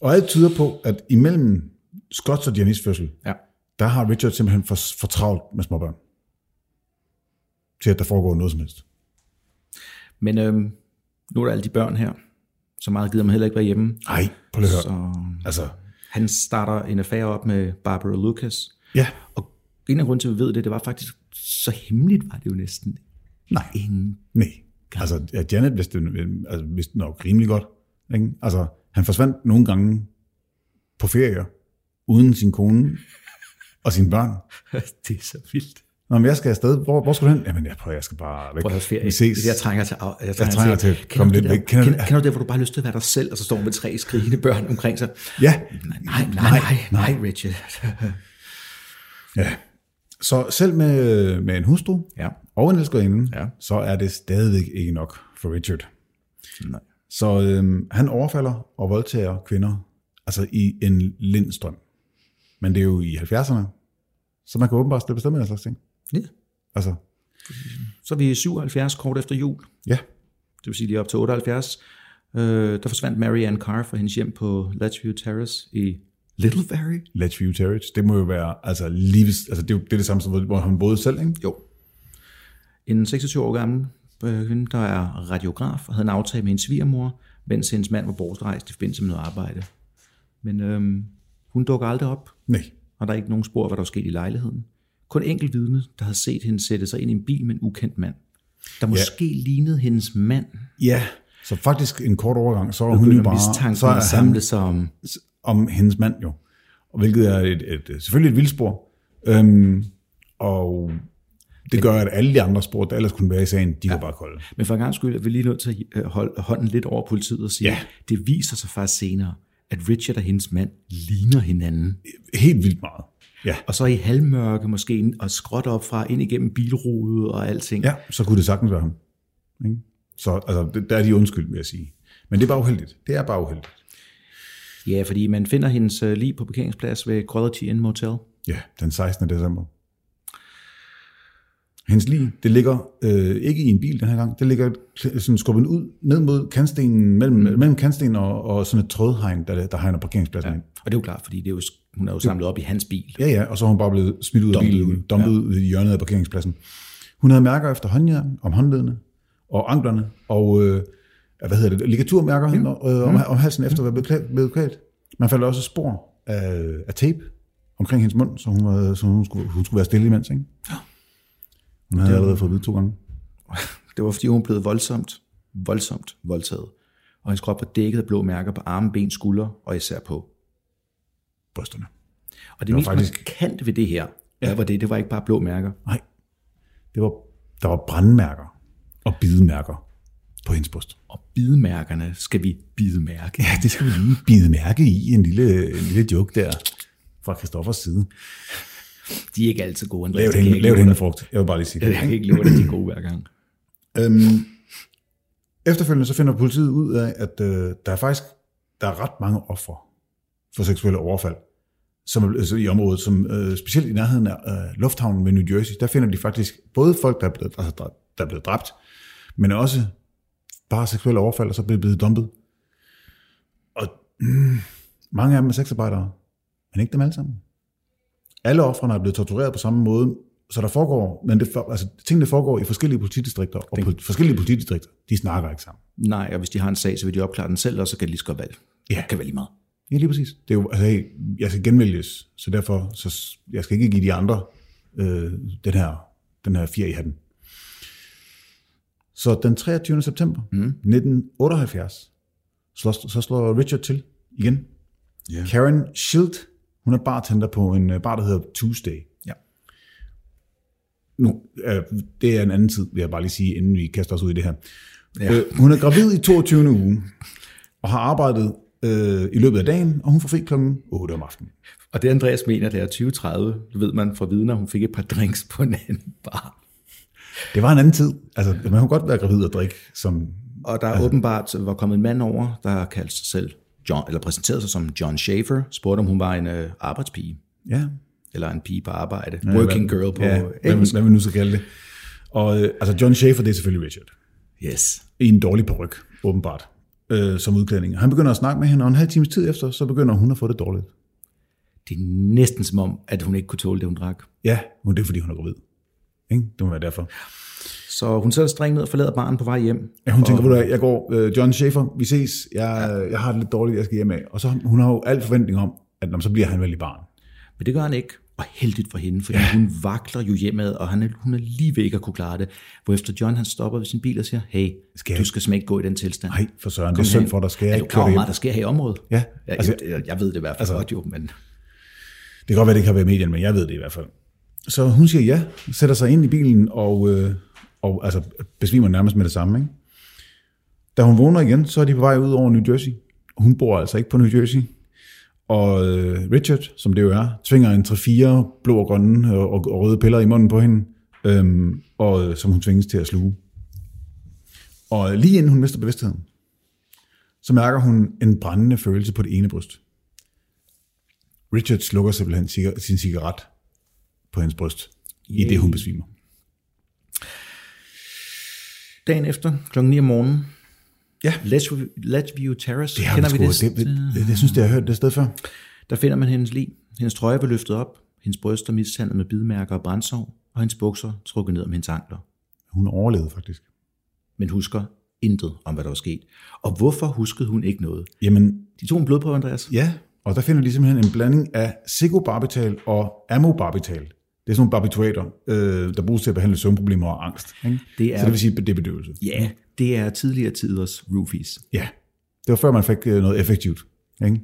Speaker 2: Og alt tyder på, at imellem Scotts og Jennys fødsel,
Speaker 1: Ja.
Speaker 2: der har Richard simpelthen for, for travlt med småbørn. Til at der foregår noget som helst.
Speaker 1: Men øhm, nu er der alle de børn her. Så meget gider man heller ikke være hjemme.
Speaker 2: Nej, prøv lige at høre.
Speaker 1: Så
Speaker 2: Altså,
Speaker 1: han starter en affære op med Barbara Lucas.
Speaker 2: ja.
Speaker 1: Og en af grunden til, at vi ved det, det var faktisk, så hemmeligt var det jo næsten
Speaker 2: Nej. [laughs]
Speaker 1: ingen.
Speaker 2: Nej. Altså, ja, Janet vidste, det- altså, vidste det nok rimelig godt. Ikke? Altså, han forsvandt nogle gange på ferier, uden sin kone og sine børn.
Speaker 1: det er så vildt.
Speaker 2: Nå, men jeg skal afsted. Hvor, hvor skal du hen? Jamen, jeg, prøver, jeg skal bare væk.
Speaker 1: Prøv at have ferie.
Speaker 2: Vi ses.
Speaker 1: Det, jeg trænger til, jeg trænger
Speaker 2: trænger til at
Speaker 1: Kender
Speaker 2: komme
Speaker 1: du det
Speaker 2: lidt
Speaker 1: der-
Speaker 2: væk. Kender du-
Speaker 1: Kender, kender, du det, hvor du bare har lyst til at være dig selv, og så står man med tre skrigende børn omkring sig?
Speaker 2: Ja.
Speaker 1: Nej, nej, nej, nej, nej Richard.
Speaker 2: ja. Så selv med, med en hustru
Speaker 1: Ja.
Speaker 2: og en elskerinde,
Speaker 1: Ja.
Speaker 2: så er det stadigvæk ikke nok for Richard.
Speaker 1: Nej.
Speaker 2: Så øhm, han overfalder og voldtager kvinder, altså i en lindstrøm. Men det er jo i 70'erne, så man kan åbenbart slippe afsted med den slags ting.
Speaker 1: Ja.
Speaker 2: Altså,
Speaker 1: Så er vi i 77 kort efter jul.
Speaker 2: ja,
Speaker 1: det vil sige lige op til 78, øh, der forsvandt Mary Ann Carr fra hendes hjem på Ledgeview Terrace i Little Ferry.
Speaker 2: Let's View Terrace, det må jo være, altså, lige, ved- altså det, er jo, det er det samme som, hvor- hvor han boede selv, ikke?
Speaker 1: Jo. En 26 år gammel øh, kvinde, der er radiograf, og havde en aftale med hendes svigermor, mens hendes mand var bortrejst i forbindelse med noget arbejde. Men øhm, hun dukker aldrig op,
Speaker 2: Nej.
Speaker 1: og der er ikke nogen spor af, hvad der var sket i lejligheden. Kun enkelt vidne, der havde set hende sætte sig ind i en bil med en ukendt mand, der måske lignede hendes mand,
Speaker 2: Ja, så faktisk en kort overgang, så er hun jo
Speaker 1: begynder
Speaker 2: bare,
Speaker 1: mistanken
Speaker 2: så
Speaker 1: at
Speaker 2: er
Speaker 1: samle
Speaker 2: han
Speaker 1: sig om
Speaker 2: om hendes mand jo, og hvilket er et, et, et, selvfølgelig et vildspor, øhm, og det gør, at alle de andre spor, der ellers kunne være i sagen, de ja. går bare kolde.
Speaker 1: Men for en gang skyld er vi lige nødt til at øh, holde hånden lidt over politiet og sige,
Speaker 2: Ja.
Speaker 1: ja. det viser sig faktisk senere, at Richard og hendes mand ligner hinanden.
Speaker 2: Helt vildt meget. Ja.
Speaker 1: Og så i halvmørke måske, ind- og skråt op fra, ind igennem bilrudet og alting.
Speaker 2: Ja, så kunne det sagtens være ham. Ikke? Så altså, det- der er de undskyldt, vil jeg sige. Men det er bare uheldigt. Det er bare uheldigt.
Speaker 1: ja fordi man finder hendes øh, lig på parkeringsplads ved Quality Inn Motel.
Speaker 2: Ja, den 16. december. Hendes lig, det ligger øh, ikke i en bil den her gang. Det ligger kl- sådan skubbet ud ned mod kantstenen, mellem, mm. mellem kantstenen og, og sådan et trådhegn, der, der hegner parkeringspladsen ja. ind.
Speaker 1: Og det er jo klart, fordi det er jo, hun er jo samlet op i hans bil.
Speaker 2: Ja, ja, og så er hun bare blevet smidt ud af
Speaker 1: Dumpet
Speaker 2: bilen,
Speaker 1: ud.
Speaker 2: dumpet ja. ud i hjørnet af parkeringspladsen. Hun havde mærker efter håndjern, om håndledene, og anklerne, og øh, hvad hedder det, ligaturmærker mm. øh, om, om halsen efter at være blevet klædt- blevet klædt. Man faldt også spor af, af tape omkring hendes mund, så hun, var, så hun, skulle, hun skulle være stille imens, ikke? Hun havde allerede fået at vide to gange.
Speaker 1: Det var, fordi hun blev voldsomt, voldsomt voldtaget. Og hendes krop var dækket af blå mærker på arme, ben, skuldre og især på
Speaker 2: Brysterne.
Speaker 1: Og det, det mest
Speaker 2: faktisk-
Speaker 1: faktisk... markante ved det her, ja. var det, det var ikke bare blå mærker.
Speaker 2: Nej, det var, der var brandmærker og bidemærker på hendes bryst.
Speaker 1: Og bidemærkerne skal vi [laughs] bidemærke.
Speaker 2: Ja, det skal vi lige bide mærke i, en lille, en lille joke der fra Christoffers side.
Speaker 1: De er ikke altid gode, Andreas.
Speaker 2: Lav det
Speaker 1: kan
Speaker 2: hende,
Speaker 1: jeg ikke
Speaker 2: lav det
Speaker 1: love
Speaker 2: hende
Speaker 1: dig.
Speaker 2: frugt. Jeg vil bare lige sige
Speaker 1: Jeg
Speaker 2: det.
Speaker 1: kan ikke leve, at de er gode hver gang.
Speaker 2: Øhm, efterfølgende så finder politiet ud af, at øh, der er faktisk der er ret mange ofre for seksuelle overfald som er, altså i området, som øh, specielt i nærheden af øh, lufthavnen ved New Jersey, der finder de faktisk både folk, der er blevet, altså, der, der er blevet dræbt, men også bare seksuelle overfald, og så bliver blevet dumpet. Og mm, mange af dem er sexarbejdere, men ikke dem alle sammen. Alle offrene er blevet tortureret på samme måde, så der foregår, men det, for- altså, tingene foregår i forskellige politidistrikter, og på, forskellige politidistrikter, de snakker ikke sammen.
Speaker 1: [laughs] Nej, og hvis de har en sag, så vil de opklare den selv, og så kan de lige så godt valg.
Speaker 2: Ja.
Speaker 1: Kan være lige meget.
Speaker 2: Ja, lige præcis. Det er jo, altså, hey, jeg skal genvælges, så derfor, så s- jeg skal ikke give de andre øh, den her, den her fjer i hatten. Så den 23. september mm. 1978, så, så slår Richard til igen.
Speaker 4: Ja.
Speaker 2: Karen Schild, hun er bartender på en øh, bar, der hedder Tuesday.
Speaker 1: Ja.
Speaker 2: Nu, øh, det er en anden tid, vil jeg bare lige sige, inden vi kaster os ud i det her. Ja. Øh, hun er gravid i 22. uge, og har arbejdet øh, i løbet af dagen, og hun får fri klokken 8 om aftenen.
Speaker 1: Og det Andreas mener, det er 2030, det ved man fra vidner, hun fik et par drinks på en anden bar.
Speaker 2: Det var en anden tid. Altså, man kunne godt være gravid og drikke, som...
Speaker 1: Og der er åbenbart var kommet en mand over, der kaldte sig selv John, eller præsenterede sig som John Schaefer, spurgte om hun var en øh, arbejdspige,
Speaker 2: Ja,
Speaker 1: eller en pige på arbejde, working girl på
Speaker 2: ja,
Speaker 1: ja,
Speaker 2: hvad, man-
Speaker 1: engelsk.
Speaker 2: hvad man nu skal kalde det. Og øh, altså, John Schaefer, det er selvfølgelig Richard.
Speaker 1: Yes.
Speaker 2: I en dårlig peruk, åbenbart, øh, som udklædning. Han begynder at snakke med hende, og en halv times tid efter, så begynder hun at få det dårligt.
Speaker 1: Det er næsten som om, at hun ikke kunne tåle det, hun drak.
Speaker 2: Ja, men det er, fordi hun er gravid. Ikke? Det må være derfor.
Speaker 1: Så hun sætter streng ned og forlader barnet på vej hjem.
Speaker 2: Ja, hun tænker, at jeg går, øh, John Schaefer, vi ses, jeg, jeg har det lidt dårligt, jeg skal hjem af. Og så hun har jo al forventning om, at når, så bliver han vel i barn.
Speaker 1: Men det gør han ikke. Og heldigt for hende, fordi ja. hun vakler jo hjemad, og han er, hun er lige ved ikke at kunne klare det. Hvorefter John han stopper ved sin bil og siger, hey,
Speaker 2: Skal
Speaker 1: skal
Speaker 2: jeg
Speaker 1: du
Speaker 2: ikke?"
Speaker 1: skal simpelthen ikke gå i den tilstand.
Speaker 2: Nej, for søren, det er synd for dig, skal jeg
Speaker 1: er
Speaker 2: ikke
Speaker 1: du klar
Speaker 2: køre
Speaker 1: over, hvor
Speaker 2: dig hjem?
Speaker 1: meget der sker her i området?
Speaker 2: Ja,
Speaker 1: ja
Speaker 2: altså-
Speaker 1: altså, jeg, jeg, ved det i hvert fald altså, godt jo, men
Speaker 2: Det kan godt være, det ikke har været i medierne, men jeg ved det i hvert fald. Så hun siger ja, sætter sig ind i bilen og, øh, og altså, besvimer nærmest med det samme. Ikke? Da hun vågner igen, så er de på vej ud over New Jersey. Hun bor altså ikke på New Jersey. Og øh, Richard, som det jo er, tvinger en 3-4 blå og grønne øh, og, og røde piller i munden på hende, øhm, og, øh, som hun tvinges til at sluge. Og lige inden hun mister bevidstheden, så mærker hun en brændende følelse på det ene bryst. Richard slukker simpelthen ciga- sin cigaret på hendes bryst, yeah. i det hun besvimer.
Speaker 1: dagen efter, klokken 9 om morgenen,
Speaker 2: Ja.
Speaker 1: Ledgeview, Ledgeview Terrace,
Speaker 2: Det har
Speaker 1: kender
Speaker 2: vi
Speaker 1: vi det?
Speaker 2: det, det, det, det, jeg synes, det har jeg hørt det sted før.
Speaker 1: Der finder man hendes lig. Hendes trøje var løftet op, hendes bryster mishandlet med bidmærker og brændsår, og hendes bukser trukket ned om hendes ankler.
Speaker 2: Hun overlevede faktisk.
Speaker 1: Men husker intet om, hvad der var sket. Og hvorfor huskede hun ikke noget?
Speaker 2: Jamen,
Speaker 1: De tog en blodprøve, Andreas.
Speaker 2: ja. Og der finder de simpelthen en blanding af secobarbital og amobarbital. Det er sådan nogle barbiturater, øh, der bruges til at behandle søvnproblemer og angst. Ikke?
Speaker 1: Det er-
Speaker 2: Så det vil sige, det er bedøvelse.
Speaker 1: Ja, det er tidligere tiders roofies.
Speaker 2: Ja, det var før man fik øh, noget effektivt. Ikke?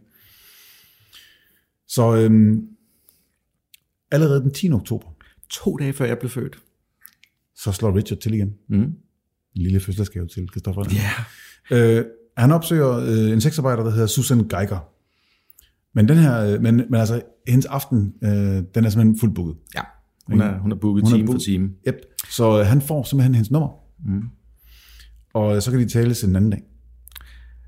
Speaker 2: Så øhm, allerede den 10. oktober,
Speaker 1: To dage før jeg blev født.
Speaker 2: så slår Richard til igen. Mm. En lille fødselsgave til Christoffer.
Speaker 1: Ja.
Speaker 2: Øh, han opsøger øh, en sexarbejder, der hedder Susan Geiger. Men den her, øh, men, men altså, hendes aften, øh, den er simpelthen fuldt booket.
Speaker 1: ja. Hun er, hun er booket
Speaker 2: Hun er
Speaker 1: time
Speaker 2: book-
Speaker 1: for time.
Speaker 2: Yep. Så øh, han får simpelthen hendes nummer. Mm. Og øh, så kan de tales en anden dag.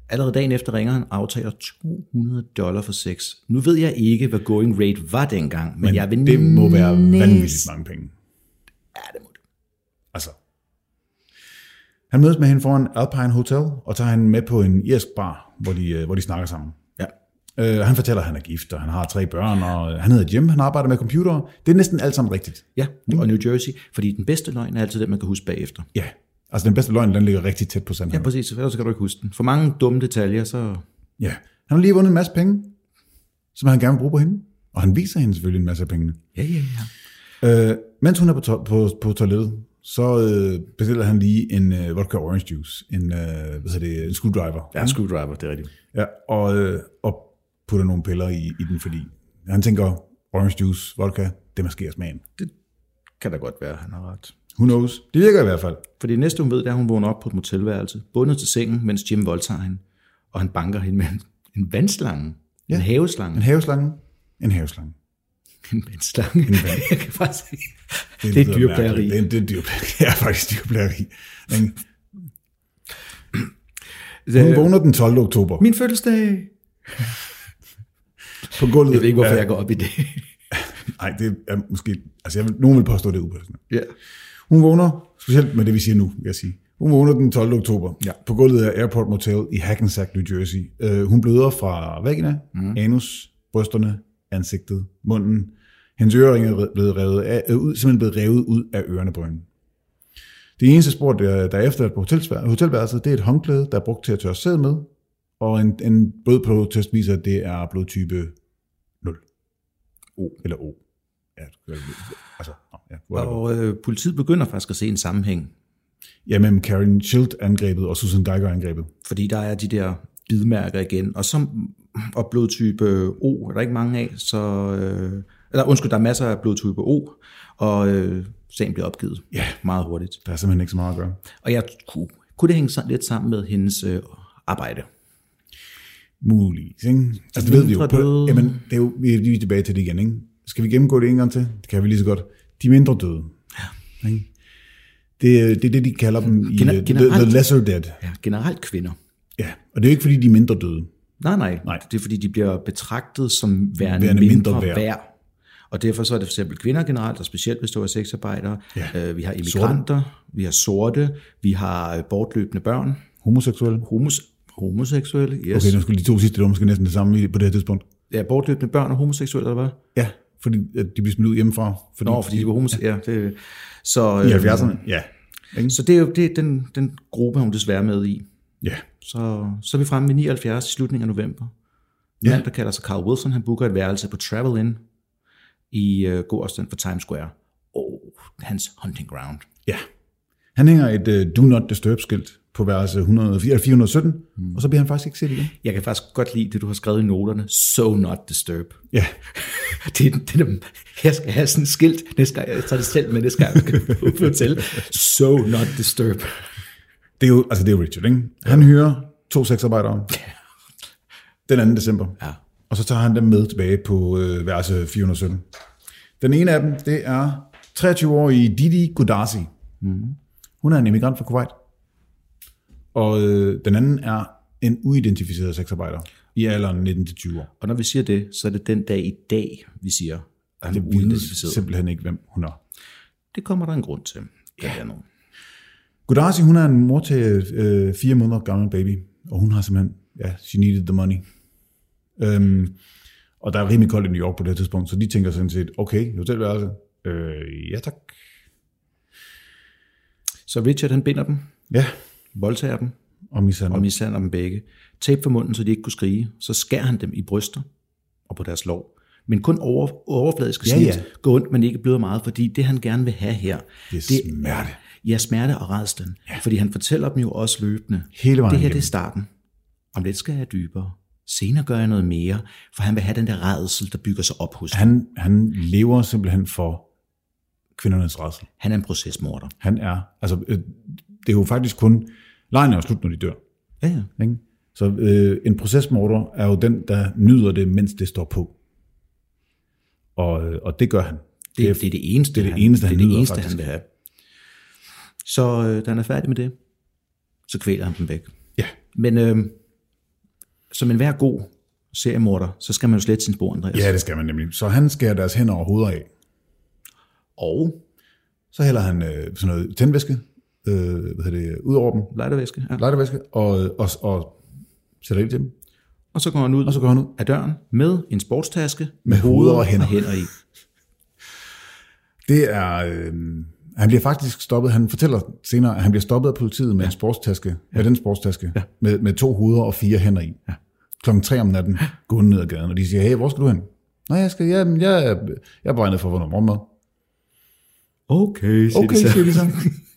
Speaker 1: Allerede dagen efter ringer han og aftaler 200 dollar for sex. Nu ved jeg ikke, hvad going rate var dengang, men, men jeg vil
Speaker 2: det må være
Speaker 1: næsten-
Speaker 2: vanvittigt mange penge.
Speaker 1: Ja, det må det.
Speaker 2: Altså. Han mødes med hende foran Alpine Hotel, og tager hende med på en irsk bar, hvor de, øh, hvor de snakker sammen.
Speaker 1: Ja.
Speaker 2: Øh, han fortæller, at han er gift, og han har tre børn, og øh, han hedder Jim, han arbejder med computere. Det er næsten alt sammen rigtigt.
Speaker 1: Ja, og New Jersey, fordi den bedste løgn er altid den, man kan huske bagefter.
Speaker 2: Ja, altså den bedste løgn, den ligger rigtig tæt på
Speaker 1: Ja,
Speaker 2: sandheden.
Speaker 1: præcis, for ellers kan du ikke huske den. For mange dumme detaljer, så...
Speaker 2: Ja, han har lige vundet en masse penge, som han gerne vil bruge på hende. Og han viser hende selvfølgelig en masse af pengene.
Speaker 1: Ja, ja, ja.
Speaker 2: Øh, mens hun er på, to- på, på toilettet, så øh, bestiller han lige en øh, vodka orange juice, en, øh, hvad hedder det, en screwdriver.
Speaker 1: Ja, screwdriver, det er rigtigt.
Speaker 2: ja og, øh, og putter nogle piller i, i den, fordi han tænker, orange juice, vodka, det maskerer smagen.
Speaker 1: Kan da godt være, han har ret.
Speaker 2: Who knows? Det virker i hvert fald.
Speaker 1: For det næste, hun ved, det er, at hun vågner op på et motelværelse, bundet til sengen, mens Jim voldtager hende, og han banker hende med en, en vandslange. Ja. En haveslange.
Speaker 2: En haveslange, en haveslange.
Speaker 1: En vandslange. [laughs] En vand. Jeg kan faktisk ikke. Det, det er
Speaker 2: lyder
Speaker 1: dyrplageri.
Speaker 2: mærkeligt. Det, er- det er [laughs] dyrplageri. Det er faktisk dyrplageri. Men Hun vågner den 12. oktober
Speaker 1: Min fødselsdag.
Speaker 2: på gulvet.
Speaker 1: Jeg ved ikke, hvorfor
Speaker 2: af-
Speaker 1: jeg går op i det.
Speaker 2: Nej, det er måske... Altså, jeg vil, nogen vil påstå, det er upersonelt.
Speaker 1: ja.
Speaker 2: Hun vågner, specielt med det, vi siger nu, vil jeg sige. Hun vågner den 12. oktober
Speaker 1: Ja.
Speaker 2: på gulvet af Airport Motel i Hackensack, New Jersey. Øh, hun bløder fra vagina, mm. anus, brysterne, ansigtet, munden. Hendes øreringe er blevet revet af, øh, ud, simpelthen blevet revet ud af ørerne på hende. Det eneste spor, der, der er efterladt på hotelsvær- hotelværelset, det er et håndklæde, der er brugt til at tørre sæd med, og en, en blodprøvetest viser, at det er blodtype 0. O. Eller O. Ja, det gør det. altså, nå, ja, whatever.
Speaker 1: Og øh, politiet begynder faktisk at se en sammenhæng
Speaker 2: Jamen, Karen Schild angrebet og Susan Geiger angrebet.
Speaker 1: fordi der er de der bidmærker igen, og som og blodtype O er der ikke mange af, så... Øh, eller undskyld, der er masser af blodtype O, og øh, sagen bliver opgivet ja. meget hurtigt.
Speaker 2: Der er simpelthen ikke så meget at gøre.
Speaker 1: Og jeg kunne, kunne det hænge sådan lidt sammen med hendes øh, arbejde.
Speaker 2: Muligvis, ikke? Altså, det ved vi jo.
Speaker 1: mindre
Speaker 2: På,
Speaker 1: døde.
Speaker 2: jamen, det er jo, vi er lige tilbage til det igen, ikke? Skal vi gennemgå det en gang til? Det kan vi lige så godt. De mindre døde. Ja. Ikke? Det, er- det er det, de kalder dem i
Speaker 1: Gener-
Speaker 2: Gener- the, the
Speaker 1: generelt-
Speaker 2: Lesser Dead.
Speaker 1: Ja, generelt kvinder.
Speaker 2: Ja, og det er jo ikke, fordi de er mindre døde.
Speaker 1: Nej, nej,
Speaker 2: Nej.
Speaker 1: nej. Det er fordi, de bliver betragtet som værende,
Speaker 2: Værende
Speaker 1: værende
Speaker 2: mindre
Speaker 1: mindre, mindre
Speaker 2: værd.
Speaker 1: værd. værd. Og derfor så er det for eksempel kvinder generelt, og specielt hvis du er sexarbejdere. Ja. Øh, vi har immigranter, sorte. vi har sorte, vi har øh, bortløbende børn,
Speaker 2: Homoseksuelle.
Speaker 1: homos, homoseksuelle, yes.
Speaker 2: Okay,
Speaker 1: Okay.
Speaker 2: nu skulle de to sidste, det var måske næsten det samme i- på det her tidspunkt.
Speaker 1: Ja, bortløbende børn og homoseksuelle, eller hvad?
Speaker 2: Ja, fordi at de blev smidt ud hjemmefra. Fordi,
Speaker 1: Nå, fordi de var homoseksuelle. Ja, det, så, øh,
Speaker 2: I 70'erne. Ja.
Speaker 1: Så det er jo det er den, den gruppe, hun desværre er med i.
Speaker 2: ja.
Speaker 1: Så, så er vi fremme ved 79 i slutningen af november. En mand, der kalder sig Carl Wilson, han booker et værelse på Travel Inn i øh, god afstand for Times Square. Og hans hunting ground.
Speaker 2: Ja. Han hænger et uh, Do Not Disturb-skilt på værelse 104 417, mm. og så bliver han faktisk ikke set igen.
Speaker 1: Jeg kan faktisk godt lide det, du har skrevet i noterne. So not disturb.
Speaker 2: Ja,
Speaker 1: Det, er- det, det, jeg skal have sådan et skilt næste gang. Jeg tager det selv med næste gang, jeg skal på hotel. So not disturb.
Speaker 2: det er jo, altså det er jo Richard, ikke? Han hører to sexarbejdere den 2. december,
Speaker 1: Ja.
Speaker 2: og så tager han dem med tilbage på øh, værelse 417. Den ene af dem, det er 23-årige Didi Godasi. Mm. Hun er en immigrant fra Kuwait, og øh, den anden er en uidentificeret sexarbejder i alderen 19-20 år.
Speaker 1: Og når vi siger det, så er det den dag i dag, vi siger, at han er
Speaker 2: Det vides
Speaker 1: uidentificeret.
Speaker 2: simpelthen ikke, hvem hun er.
Speaker 1: Det kommer der en grund til. Ja.
Speaker 2: Godasi, hun er en mor til øh, fire måneder gammel baby, og hun har simpelthen, ja, she needed the money. Øhm, og der er rimelig koldt i New York på det her tidspunkt, så de tænker sådan set, okay, hotelværelse, øh, ja tak.
Speaker 1: Så Richard, han binder dem,
Speaker 2: Ja,
Speaker 1: voldtager dem,
Speaker 2: og mishandler.
Speaker 1: og mishandler dem begge. Tape for munden, så de ikke kunne skrige. Så skærer han dem i bryster og på deres lov. Men kun over, overfladiske
Speaker 2: Ja,
Speaker 1: ja, snit
Speaker 2: ja.
Speaker 1: ja. går ondt, men ikke bløder meget, fordi det han gerne vil have her,
Speaker 2: Det er smerte.
Speaker 1: Ja, smerte og redslen. Ja. Fordi han fortæller dem jo også løbende.
Speaker 2: Hele vejen
Speaker 1: Det her det
Speaker 2: igennem.
Speaker 1: er starten. Om lidt skal jeg dybere. Senere gør jeg noget mere, for han vil have den der redsel, der bygger sig op hos ham.
Speaker 2: Han, han lever simpelthen for kvindernes rædsel.
Speaker 1: Han er en procesmorder.
Speaker 2: Han er, altså, øh, det er jo faktisk kun, lejen er jo slut, når de dør.
Speaker 1: Ja, ja.
Speaker 2: Ikke? Så øh, en procesmorder er jo den, der nyder det, mens det står på. Og, øh, og det gør han.
Speaker 1: Det, det, det er det eneste,
Speaker 2: det er det eneste, han
Speaker 1: det er det
Speaker 2: nyder,
Speaker 1: eneste
Speaker 2: faktisk.
Speaker 1: han vil have. Så øh, da han er færdig med det, så kvæler han dem væk.
Speaker 2: Ja.
Speaker 1: Men øh, som enhver god seriemorder, så skal man jo slet sin spor, Andreas.
Speaker 2: ja, det skal man nemlig. Så han skærer deres hænder og hoveder af.
Speaker 1: Og
Speaker 2: Så hælder han øh, sådan noget tændvæske øh, hvad hedder det, ud over dem,
Speaker 1: lejdervæske. Ja.
Speaker 2: lejdervæske, og, og, og sætter ild til dem.
Speaker 1: Og så går han ud
Speaker 2: Og så går han ud
Speaker 1: af døren med en sportstaske
Speaker 2: med hoveder og hænder.
Speaker 1: og hænder i.
Speaker 2: Det er... Øh, han bliver faktisk stoppet, han fortæller senere, at han bliver stoppet af politiet med ja. en sportstaske, ja. med den sportstaske, ja. med, med to hoveder og fire hænder i. Ja. Klokken tre om natten, gå ned ad gaden, og de siger, hey, hvor skal du hen? Nej, jeg skal, jeg, jeg, er- jeg er bare nede for at få noget morgenmad.
Speaker 1: Okay, siger
Speaker 2: Okay, siger de så. [laughs]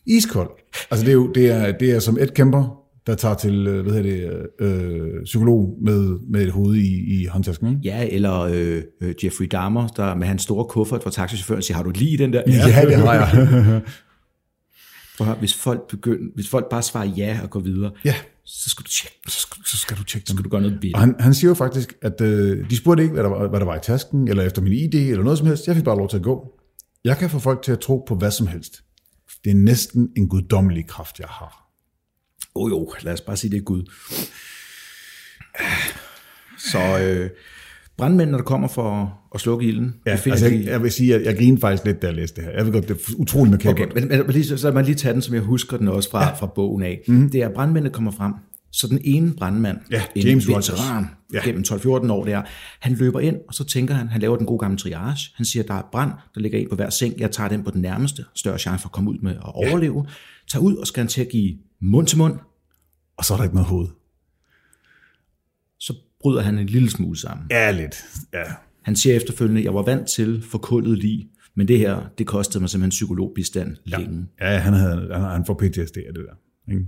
Speaker 2: Iskold. Altså det er jo, det er, det er som et kæmper, der tager til, øh, hvad hedder det, øh, psykolog med, med et hoved i, i håndtasken, ikke?
Speaker 1: Ja, eller øh, øh, Jeffrey Dahmer, der med hans store kuffert, hvor taxichaufføren siger, har du lige den der?
Speaker 2: Ja, det har jeg.
Speaker 1: Prøv at høre, hvis folk, begynder, hvis folk bare svarer ja og går videre,
Speaker 2: ja,
Speaker 1: så skal du tjekke,
Speaker 2: så skal, så skal du tjekke
Speaker 1: så
Speaker 2: dem.
Speaker 1: skal du gøre noget ved
Speaker 2: Og han, han siger jo faktisk, at øh, de spurgte ikke, hvad der, var, hvad der var i tasken, eller efter min ID, eller noget som helst. Jeg fik bare lov til at gå. Jeg kan få folk til at tro på hvad som helst. Det er næsten en guddommelig kraft, jeg har.
Speaker 1: Oh, jo, lad os bare sige, det er Gud. Så øh, brandmændene, der kommer for at slukke ilden, ja,
Speaker 2: altså, jeg, jeg vil sige, at jeg grinede faktisk lidt, da jeg læste det her. Jeg ved godt, det er utroligt med
Speaker 1: Okay, men, men, men lige, så- så lad mig lige tage den, som jeg husker den også fra, ja. fra bogen af. Mm. Det er, at brandmændene kommer frem. Så den ene brandmand,
Speaker 2: Mhm. Ja,
Speaker 1: en
Speaker 2: James Rogers.
Speaker 1: veteran
Speaker 2: Ja.
Speaker 1: ja. gennem 12-14 år der, han løber ind, og så tænker han, han laver den gode gamle triage. Han siger, der er brand, der ligger en på hver seng. Jeg tager den på den nærmeste, større chance for at komme ud med og overleve. Ja. Tager ud, og skal han til at give mund til mund,
Speaker 2: Og så er der ikke noget hoved.
Speaker 1: så bryder han en lille smule sammen.
Speaker 2: Ja, lidt. Ja.
Speaker 1: Han siger efterfølgende, jeg var vant til forkullet lige, Men det her, det kostede mig simpelthen psykologbistand ja. længe.
Speaker 2: Ja, ja, han, havde, han, han får PTSD af det der. Ikke?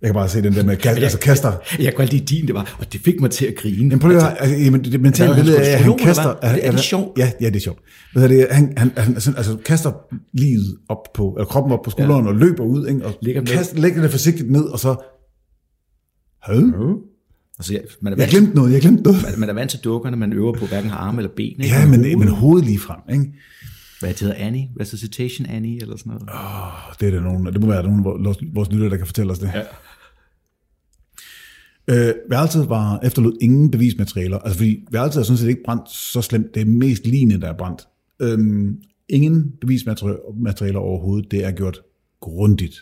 Speaker 2: Jeg kan bare se den der med, kast, altså kaster.
Speaker 1: Jeg kunne altid din, det var, og det fik mig til at grine.
Speaker 2: Jamen prøv lige at høre, altså, jamen, det- det mentale
Speaker 1: Hvad er han,
Speaker 2: billede af, at han
Speaker 1: astrolog,
Speaker 2: kaster...
Speaker 1: eller hvad? Er det- er det sjovt?
Speaker 2: Ja, ja, det er sjovt. Hvad hedder det? Han, han, han sådan, altså, kaster livet op på, eller kroppen op på skulderen ja. og løber ud, ikke? og
Speaker 1: Ligger
Speaker 2: lægger,
Speaker 1: med.
Speaker 2: kaster, lægger det forsigtigt ned, og så... Høj,
Speaker 1: Altså, jeg, man, er
Speaker 2: jeg
Speaker 1: vant,
Speaker 2: glemte noget, jeg glemte noget.
Speaker 1: man er vant til dukkerne, man øver på hverken arme eller ben. Ikke?
Speaker 2: Ja, men, men hovedet lige frem, ikke?
Speaker 1: Hvad det hedder Annie? Resuscitation Annie, eller sådan
Speaker 2: Ah.
Speaker 1: noget.
Speaker 2: Og det er der nogen, og det må være nogen af vores- vores lyttere, der kan fortælle os det. Ja. Øh, værelset var efterlod ingen bevismaterialer, altså fordi værelset er sådan set ikke brændt så slemt, det er mest lignende, der er brændt. Øhm, ingen bevismaterialer overhovedet, det er gjort grundigt.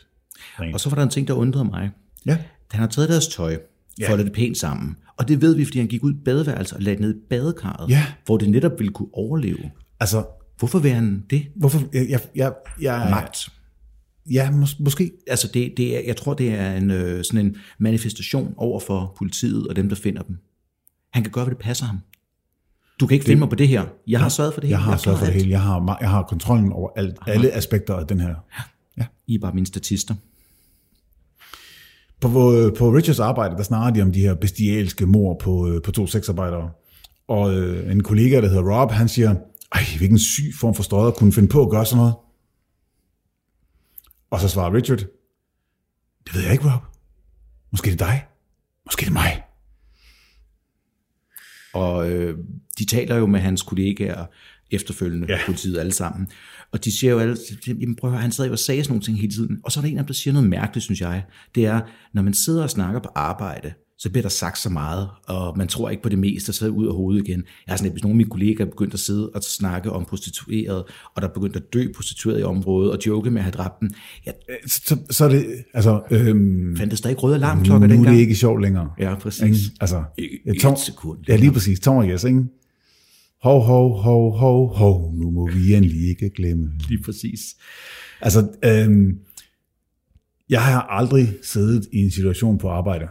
Speaker 1: Og så var der en ting, der undrede mig.
Speaker 2: Ja.
Speaker 1: Han har taget deres tøj,
Speaker 2: Ja.
Speaker 1: foldet det pænt sammen. Og det ved vi, fordi han gik ud i badeværelset og lagde det ned i badekarret,
Speaker 2: Ja.
Speaker 1: hvor det netop ville kunne overleve.
Speaker 2: Altså,
Speaker 1: Hvorfor vil han det?
Speaker 2: hvorfor, jeg, jeg, jeg, jeg
Speaker 1: Magt.
Speaker 2: Ja, mås, måske,
Speaker 1: Altså det, det er, jeg tror, det er en, øh, sådan en manifestation over for politiet og dem, der finder dem. Han kan gøre, hvad det passer ham. Du kan ikke finde mig på det her. Jeg har sørget for det hele.
Speaker 2: jeg har sørget
Speaker 1: klaret
Speaker 2: for det
Speaker 1: alt.
Speaker 2: hele, jeg har, ma- jeg har kontrollen over alt, alle aspekter af den her.
Speaker 1: I er bare mine statister.
Speaker 2: På, på, på Richards arbejde, der snakker de om de her bestialske mor på, øh, på to sexarbejdere. Og øh, en kollega, der hedder Rob, han siger, ej, hvilken syg form for støder kunne finde på at gøre sådan noget. Og så svarer Richard, det ved jeg ikke, Rob. Måske det er dig. Måske det er mig.
Speaker 1: Og øh, de taler jo med hans kollegaer efterfølgende, ja. politiet alle sammen. Og de siger jo alle, jamen prøv at høre, han sad jo og sagde sådan nogle ting hele tiden. Og så er der en af dem, der siger noget mærkeligt, synes jeg. Det er, når man sidder og snakker på arbejde, så bliver der sagt så meget, og man tror ikke på det meste, og så er det ud af hovedet igen. Jeg har sådan, lidt, hvis nogle af mine kollegaer begyndte at sidde og snakke om prostitueret, og der begyndte at dø prostitueret i området, og joke med at have dræbt dem, jeg
Speaker 2: Øh, Så, så, så er det, altså, øhm,
Speaker 1: fandt der ikke røde alarmklokker
Speaker 2: nu er
Speaker 1: dengang.
Speaker 2: det ikke sjov længere.
Speaker 1: Ja, præcis.
Speaker 2: Ikke? Altså,
Speaker 1: Ikke-
Speaker 2: ja,
Speaker 1: ikke
Speaker 2: tom,
Speaker 1: et sekund
Speaker 2: Ja, lige præcis. Tom og Jes, ikke? Hov, hov, hov, hov, hov, nu må vi endelig ikke glemme.
Speaker 1: Lige præcis.
Speaker 2: Altså, øhm, jeg har aldrig siddet i en situation på arbejde,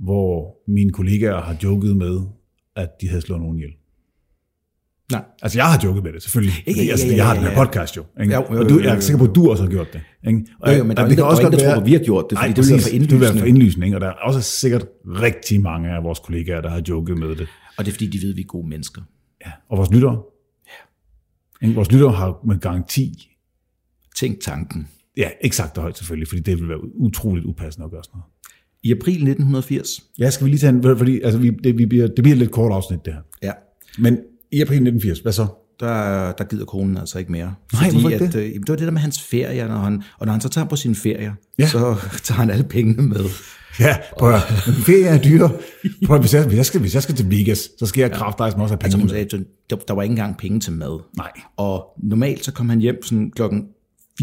Speaker 2: hvor mine kollegaer har joket med, at de havde slået nogen ihjel.
Speaker 1: Nej,
Speaker 2: Altså, jeg har joket med det, selvfølgelig.
Speaker 1: Ikke- ja,
Speaker 2: altså,
Speaker 1: ja,
Speaker 2: jeg har
Speaker 1: ja,
Speaker 2: den her
Speaker 1: ja.
Speaker 2: podcast jo. Ikke?
Speaker 1: Jo, jo, jo,
Speaker 2: og du, jeg
Speaker 1: jo,
Speaker 2: er sikker på, at du også har gjort det. Ikke? Og,
Speaker 1: Jo, jo, men der er jo
Speaker 2: og
Speaker 1: ingen, der- der er ingen, der tror på, at vi har gjort det, fordi det ville være for
Speaker 2: præcis. Det ville være for
Speaker 1: indlysende.
Speaker 2: indlysende, ikke? og der er også sikkert rigtig mange af vores kollegaer, der har joket med det.
Speaker 1: og det er fordi, de ved, at vi er gode mennesker.
Speaker 2: Ja. Og vores lyttere. Ja. Vores lyttere har med garanti
Speaker 1: Tænk tanken.
Speaker 2: Ja, ikke sagt det højt selvfølgelig, fordi det vil være utroligt upassende at gøre sådan noget.
Speaker 1: I april 1980,
Speaker 2: Ja, skal vi lige tage en, fordi altså, vi, det, vi bliver, det bliver et lidt kort afsnit, det her.
Speaker 1: ja,
Speaker 2: Men i april 1980, hvad så?
Speaker 1: der, der gider konen altså ikke mere.
Speaker 2: hvorfor ikke
Speaker 1: at,
Speaker 2: det?
Speaker 1: Øh, jamen, det var det der med hans ferie, når han, og når han så tager på sine ferier, ja.
Speaker 2: Ja.
Speaker 1: så [laughs] tager han alle pengene med.
Speaker 2: Ja, prøv at høre. ferie er dyre. Prøv at, hvis, jeg, hvis, jeg skal, hvis jeg skal til Vegas, så skal jeg ja. kraftdejs også have
Speaker 1: Så
Speaker 2: penge.
Speaker 1: hun
Speaker 2: Altså,
Speaker 1: sagde, der, der var ikke engang penge til mad.
Speaker 2: Nej.
Speaker 1: Og normalt så kom han hjem sådan klokken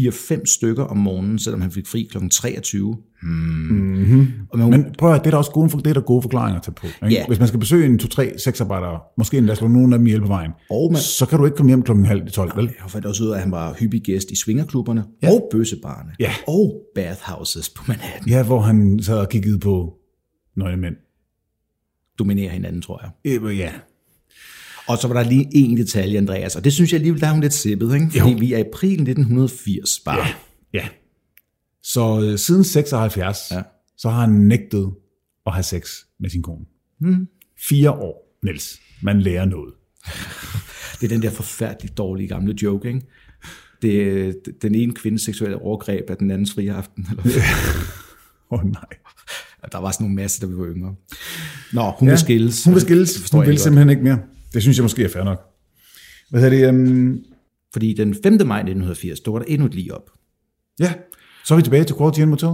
Speaker 1: 4-5 stykker om morgenen, selvom han fik fri klokken 23. Hmm. Mm-hmm. Og man,
Speaker 2: Men
Speaker 1: Men,
Speaker 2: prøv at høre, det er der også gode, for- det er der gode forklaringer til på. Ikke?
Speaker 1: Ja.
Speaker 2: Hvis man skal besøge en 2-3 sexarbejdere, måske endda slå nogen af dem ihjel på vejen,
Speaker 1: Og man-
Speaker 2: så kan du ikke komme hjem klokken halv i 12, vel?
Speaker 1: jeg fandt også ud af, at han var hyppig gæst i swingerklubberne ja. og bøssebarne
Speaker 2: Ja.
Speaker 1: og bathhouses på Manhattan.
Speaker 2: Ja, hvor han sad og kiggede på nøgne mænd.
Speaker 1: Dominerer hinanden, tror jeg.
Speaker 2: Øh, Ja,
Speaker 1: Og så var der lige en detalje, Andreas, og det synes jeg alligevel, der er hun lidt sippet, ikke? Fordi
Speaker 2: Jo.
Speaker 1: vi er i april 1980 bare. Ja.
Speaker 2: Ja. Så øh, siden 76,
Speaker 1: Ja.
Speaker 2: ja. så har han nægtet at have sex med sin kone. Hmm. Fire år, Niels. Man lærer noget.
Speaker 1: Det er den der forfærdeligt dårlige gamle joke, ikke? Det er øh, den ene kvindes seksuelle overgreb af den andens frie aften. Eller?
Speaker 2: Åh oh, nej.
Speaker 1: Der var sådan nogle masse, da vi var yngre. Nå, hun ja. vil skilles.
Speaker 2: Hun vil skilles.
Speaker 1: Det forstår
Speaker 2: Hun
Speaker 1: jeg
Speaker 2: vil
Speaker 1: ikke godt.
Speaker 2: simpelthen ikke mere. Det synes jeg måske er fair nok. Hvad er det? Um,
Speaker 1: Fordi den 5. maj 1980, der var der endnu et lige op.
Speaker 2: ja, så er vi tilbage til Quartier Motel.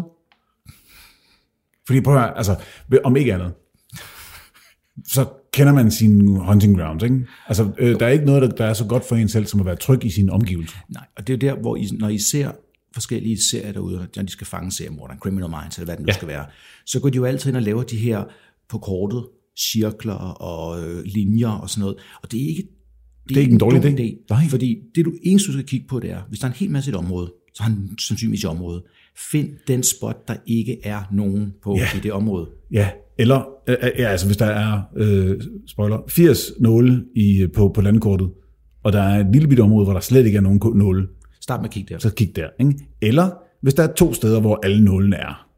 Speaker 2: Fordi prøv at høre, altså, om ikke andet, så kender man sine hunting grounds, ikke? Altså, øh, der er ikke noget, der, der er så godt for en selv, som at være tryg i sine omgivelser.
Speaker 1: Nej, og det er jo der, hvor I, når I ser forskellige serier derude, når de skal fange seriemorderen, Criminal Minds eller hvad det nu ja. skal være, så går de jo altid ind og laver de her på kortet cirkler og øh, linjer og sådan noget. Og det er ikke, det
Speaker 2: ikke en dårlig
Speaker 1: dum
Speaker 2: idé. Nej.
Speaker 1: Fordi det du eneste, du skal kigge på, det er, hvis der er en hel masse i et område, så har han sandsynligvis i området. Find den spot, der ikke er nogen på ja. i det område.
Speaker 2: Ja, eller øh, ja, altså hvis der er øh, spoiler, 80 nåle i, øh, på, på landkortet, og der er et lille bitte område, hvor der slet ikke er nogen nåle,
Speaker 1: Start med at kigge der. Så,
Speaker 2: så kig der. Ikke? Eller hvis der er to steder, hvor alle nålene er,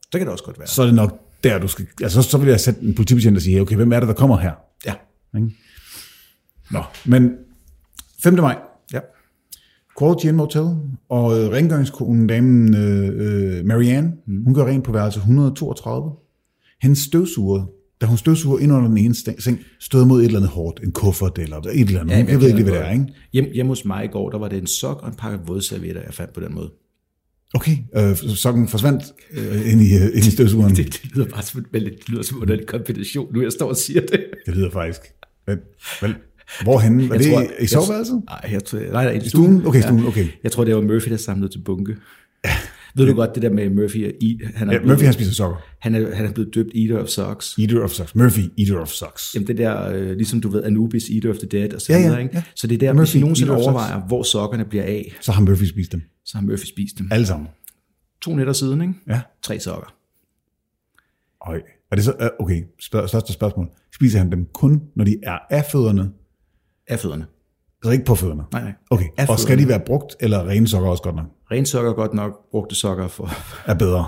Speaker 1: så kan det også godt være.
Speaker 2: så er det nok der, du skal... Altså, så, så vil jeg sætte en politibetjent og sige, okay, hvem er det, der kommer her?
Speaker 1: Ja.
Speaker 2: Ikke? Nå, men 5. maj,
Speaker 1: ja.
Speaker 2: Quality Inn Motel, og øh, rengøringskonen, damen øh, øh, Marianne, mm. hun gør rent på værelse 132. Hendes støvsuger, da hun støvsuger ind under den ene sten- seng, støder mod et eller andet hårdt, en kuffert eller et eller andet. Ja, jeg, jeg ved ikke, lige, hvad det er, ikke?
Speaker 1: Hjem, hjemme hos mig i går, der var det en sok og en pakke vådservietter, jeg fandt på den måde.
Speaker 2: Okay, øh, sokken forsvandt øh, ind, i, øh, ind i [laughs]
Speaker 1: [laughs]
Speaker 2: støvsugeren.
Speaker 1: Det, det lyder bare som, men det lyder som en underlig kombination, nu jeg står og siger det.
Speaker 2: Det lyder faktisk... Hvad, hvad, hvorhenne? Var det tror, i soveværelset?
Speaker 1: Nej, jeg tror, nej, nej, i
Speaker 2: Stuen? Okay, stuen, okay.
Speaker 1: Jeg tror, det var Murphy, der samlede til [laughs] bunke. Ved du godt, det der med Murphy og I, han er,
Speaker 2: Ja,
Speaker 1: blevet,
Speaker 2: Murphy, han spiser sokker.
Speaker 1: han er, han er blevet døbt Eater of Socks.
Speaker 2: Eater of socks. Murphy, eater of socks.
Speaker 1: Jamen det der, øh, ligesom du ved, Anubis, Eater of the Dead og så
Speaker 2: Ja, ja,
Speaker 1: videre. ikke?
Speaker 2: ja.
Speaker 1: Så det er der,
Speaker 2: Murphy,
Speaker 1: hvis I nogensinde
Speaker 2: Eater of Socks.
Speaker 1: overvejer, hvor sokkerne bliver af,
Speaker 2: Så har Murphy spist dem.
Speaker 1: så har Murphy spist dem.
Speaker 2: Alle sammen.
Speaker 1: To nætter siden, ikke?
Speaker 2: Ja.
Speaker 1: Tre sokker.
Speaker 2: Øj. Er det så, øh, okay, spørg, største spørgsmål. Spiser han dem kun, når de er af fødderne?
Speaker 1: Af fødderne.
Speaker 2: Altså ikke på fødderne?
Speaker 1: Nej, nej.
Speaker 2: Okay,
Speaker 1: Af
Speaker 2: og skal de være brugt, eller er rene sokker også godt nok?
Speaker 1: Rene sokker er godt nok, brugte sokker for...
Speaker 2: Er bedre.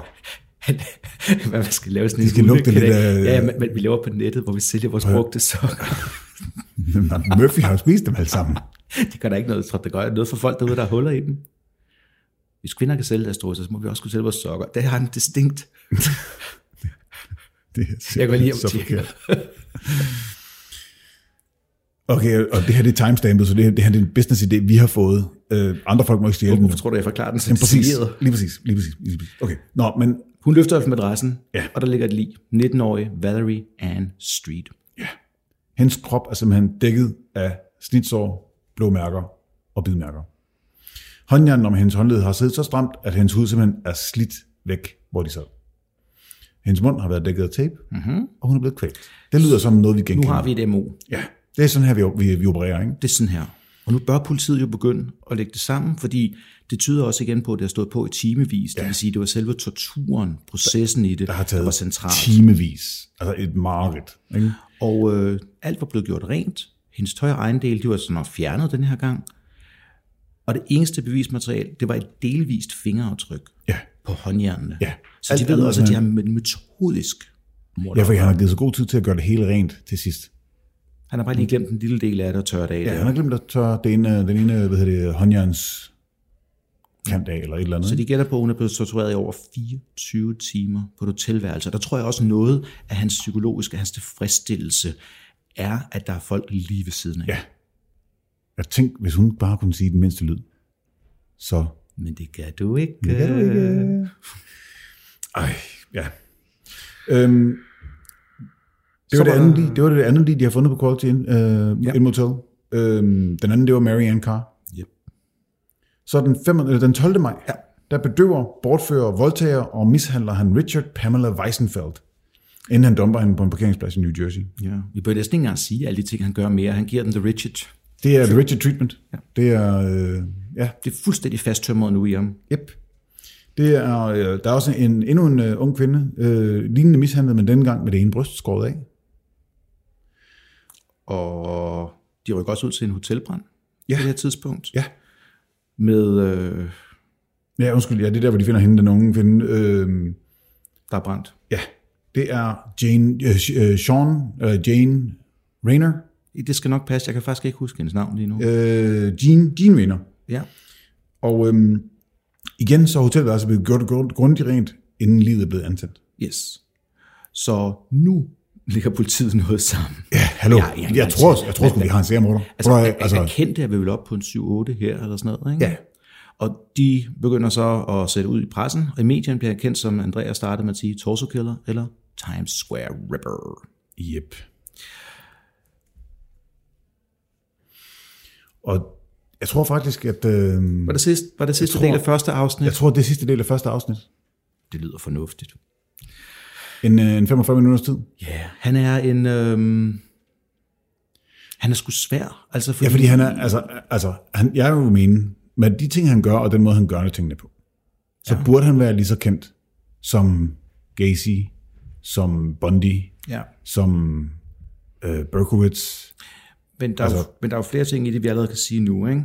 Speaker 1: [laughs] hvad man skal lave sådan en
Speaker 2: skal lugte lidt
Speaker 1: hundekanal.
Speaker 2: af-
Speaker 1: Ja, ja, men, men vi laver på nettet, hvor vi sælger vores brugte sokker. [laughs]
Speaker 2: Men Murphy har jo spist dem alle sammen.
Speaker 1: Det gør der ikke noget, for det gør noget for folk derude, der har huller i dem. Hvis kvinder kan sælge deres strøsser, så må vi også kunne sælge vores sokker. Det har en distinkt.
Speaker 2: Det er
Speaker 1: Jeg går lige hjem
Speaker 2: simpelthen
Speaker 1: og
Speaker 2: så
Speaker 1: tjekker.
Speaker 2: forkert. Okay, og det her det er timestampet, så det her det, her, det er en business-idé, vi har fået. Øh, andre folk må ikke stjæle den.
Speaker 1: Hvorfor tror du, jeg forklarer den så
Speaker 2: Jamen, præcis,
Speaker 1: detaljeret?
Speaker 2: lige præcis, lige præcis, lige præcis. Okay, nå, men
Speaker 1: Hun løfter op fra madrassen,
Speaker 2: Ja.
Speaker 1: og der ligger et lig. 19-årige Valerie Ann Street.
Speaker 2: hendes krop er simpelthen dækket af snitsår, blå mærker og bidmærker. Håndjernen om hendes håndled har siddet så stramt, at hendes hud simpelthen er slidt væk, hvor de sad. Hendes mund har været dækket af tape, mm-hmm. og hun er blevet kvælt. Det lyder som noget, vi
Speaker 1: Mhm. Nu
Speaker 2: genkender.
Speaker 1: har vi et MO.
Speaker 2: Ja, det er sådan her, vi, vi, vi opererer, ikke?
Speaker 1: Det er sådan her. Og nu bør politiet jo begynde at lægge det sammen, fordi det tyder også igen på, at det har stået på i timevis. Det vil sige, at det var selve torturen, processen i det,
Speaker 2: Der har taget
Speaker 1: var centralt.
Speaker 2: timevis. Altså et mareridt. Ikke?
Speaker 1: Og øh, alt var blevet gjort rent. Hendes tøj og ejendel, de var sådan nok fjernet den her gang. Og det eneste bevismateriale, det var et delvist fingeraftryk
Speaker 2: Ja.
Speaker 1: på håndjernene.
Speaker 2: Ja.
Speaker 1: Så
Speaker 2: Alt
Speaker 1: de ved
Speaker 2: andet
Speaker 1: også, at de har
Speaker 2: end-
Speaker 1: metodisk mordet.
Speaker 2: Ja, for han har givet så god tid til at gøre det hele rent til sidst.
Speaker 1: Han har bare lige glemt en lille del af det og tørret af
Speaker 2: Ja,
Speaker 1: det.
Speaker 2: han har glemt at tørre den ene, den ene øh, hvad hedder det, håndjerns kant af, eller et eller andet.
Speaker 1: Så
Speaker 2: ikke?
Speaker 1: de gætter på, at hun er blevet tortureret i over 24 timer på et hotelværelse. Og Der tror jeg også noget af hans psykologiske, hans tilfredsstillelse, er, at der er folk lige ved siden af.
Speaker 2: Ja. Jeg tænkte, hvis hun bare kunne sige den mindste lyd, så...
Speaker 1: Men det kan du ikke.
Speaker 2: Øh. Ej, ja. Øhm, det,
Speaker 1: Så
Speaker 2: var det,
Speaker 1: var
Speaker 2: andet,
Speaker 1: der-
Speaker 2: lig. det var det andet lige, de har fundet på Quality Inn, øh, ja.
Speaker 1: Ja.
Speaker 2: Inn Motel. Øhm, den anden, det var Mary Ann Carr.
Speaker 1: Yep.
Speaker 2: Så den, 5, eller den 12. maj, ja. der bedøver, bortfører, voldtager og mishandler han Richard Pamela Weissenfeld, inden han dumper hende på en parkeringsplads i New Jersey.
Speaker 1: Ja. Vi bør næsten ikke engang sige alle de ting, han gør mere. Han giver den The Richard.
Speaker 2: Det er The Richard Treatment. Ja. Det er, øh, ja,
Speaker 1: Det er fuldstændig fasttømret nu i ham.
Speaker 2: Yep. Det er, øh, der er også en, endnu en øh, ung kvinde, øh, lignende mishandlet, men denne gang med det ene bryst skåret af.
Speaker 1: Og de rykker også ud til en hotelbrand
Speaker 2: Ja.
Speaker 1: ja. på det her tidspunkt.
Speaker 2: Ja.
Speaker 1: Med, øh,
Speaker 2: Ja, undskyld, ja, det er der, hvor de finder hende, den unge kvinde. Øh,
Speaker 1: der er brændt.
Speaker 2: ja, det er Jane, øh, Sh- øh, Sean, øh, Jane Rayner,
Speaker 1: Det skal nok passe. Jeg kan faktisk ikke huske hendes navn lige nu. Ja.
Speaker 2: øh, Jean, Jean Rayner.
Speaker 1: ja.
Speaker 2: Og øh, igen, så er hotelværelset blevet gjort grund- grundigt rent, inden livet er blevet antændt.
Speaker 1: Yes. Så nu ligger politiet noget sammen.
Speaker 2: Ja, hallo.
Speaker 1: Ja,
Speaker 2: Ja,
Speaker 1: ja,
Speaker 2: ja,
Speaker 1: ja,
Speaker 2: jeg, tror, også- jeg tror sgu, vi har en seriemorder.
Speaker 1: Altså,
Speaker 2: Prøv at-
Speaker 1: altså, erkendte er vi vel op på en 7-8 her, eller sådan noget, ikke?
Speaker 2: Ja.
Speaker 1: Og de begynder så at sætte ud i pressen, og i medierne bliver jeg kendt, som Andreas startede med at sige, Torso Killer eller Times Square Ripper.
Speaker 2: Jep. Og jeg tror faktisk, at... Øh,
Speaker 1: Var det, sidst, var det sidste
Speaker 2: tror-
Speaker 1: del af første afsnit?
Speaker 2: jeg tror, det er sidste del af første afsnit.
Speaker 1: Det lyder fornuftigt.
Speaker 2: En, øh, en 45 minutters tid.
Speaker 1: Ja, yeah. han er en... Øhm, han er sgu svær. Altså fordi,
Speaker 2: Ja, fordi han er... Altså, altså han, jeg vil jo mene, med de ting, han gør, og den måde, han gør tingene på, så ja. burde han være lige så kendt som Gacy, som Bundy,
Speaker 1: Ja.
Speaker 2: som øh, Berkowitz,
Speaker 1: Men der, altså, er jo,
Speaker 2: Altså-
Speaker 1: men der er jo flere ting i det, vi allerede kan sige nu. Ikke?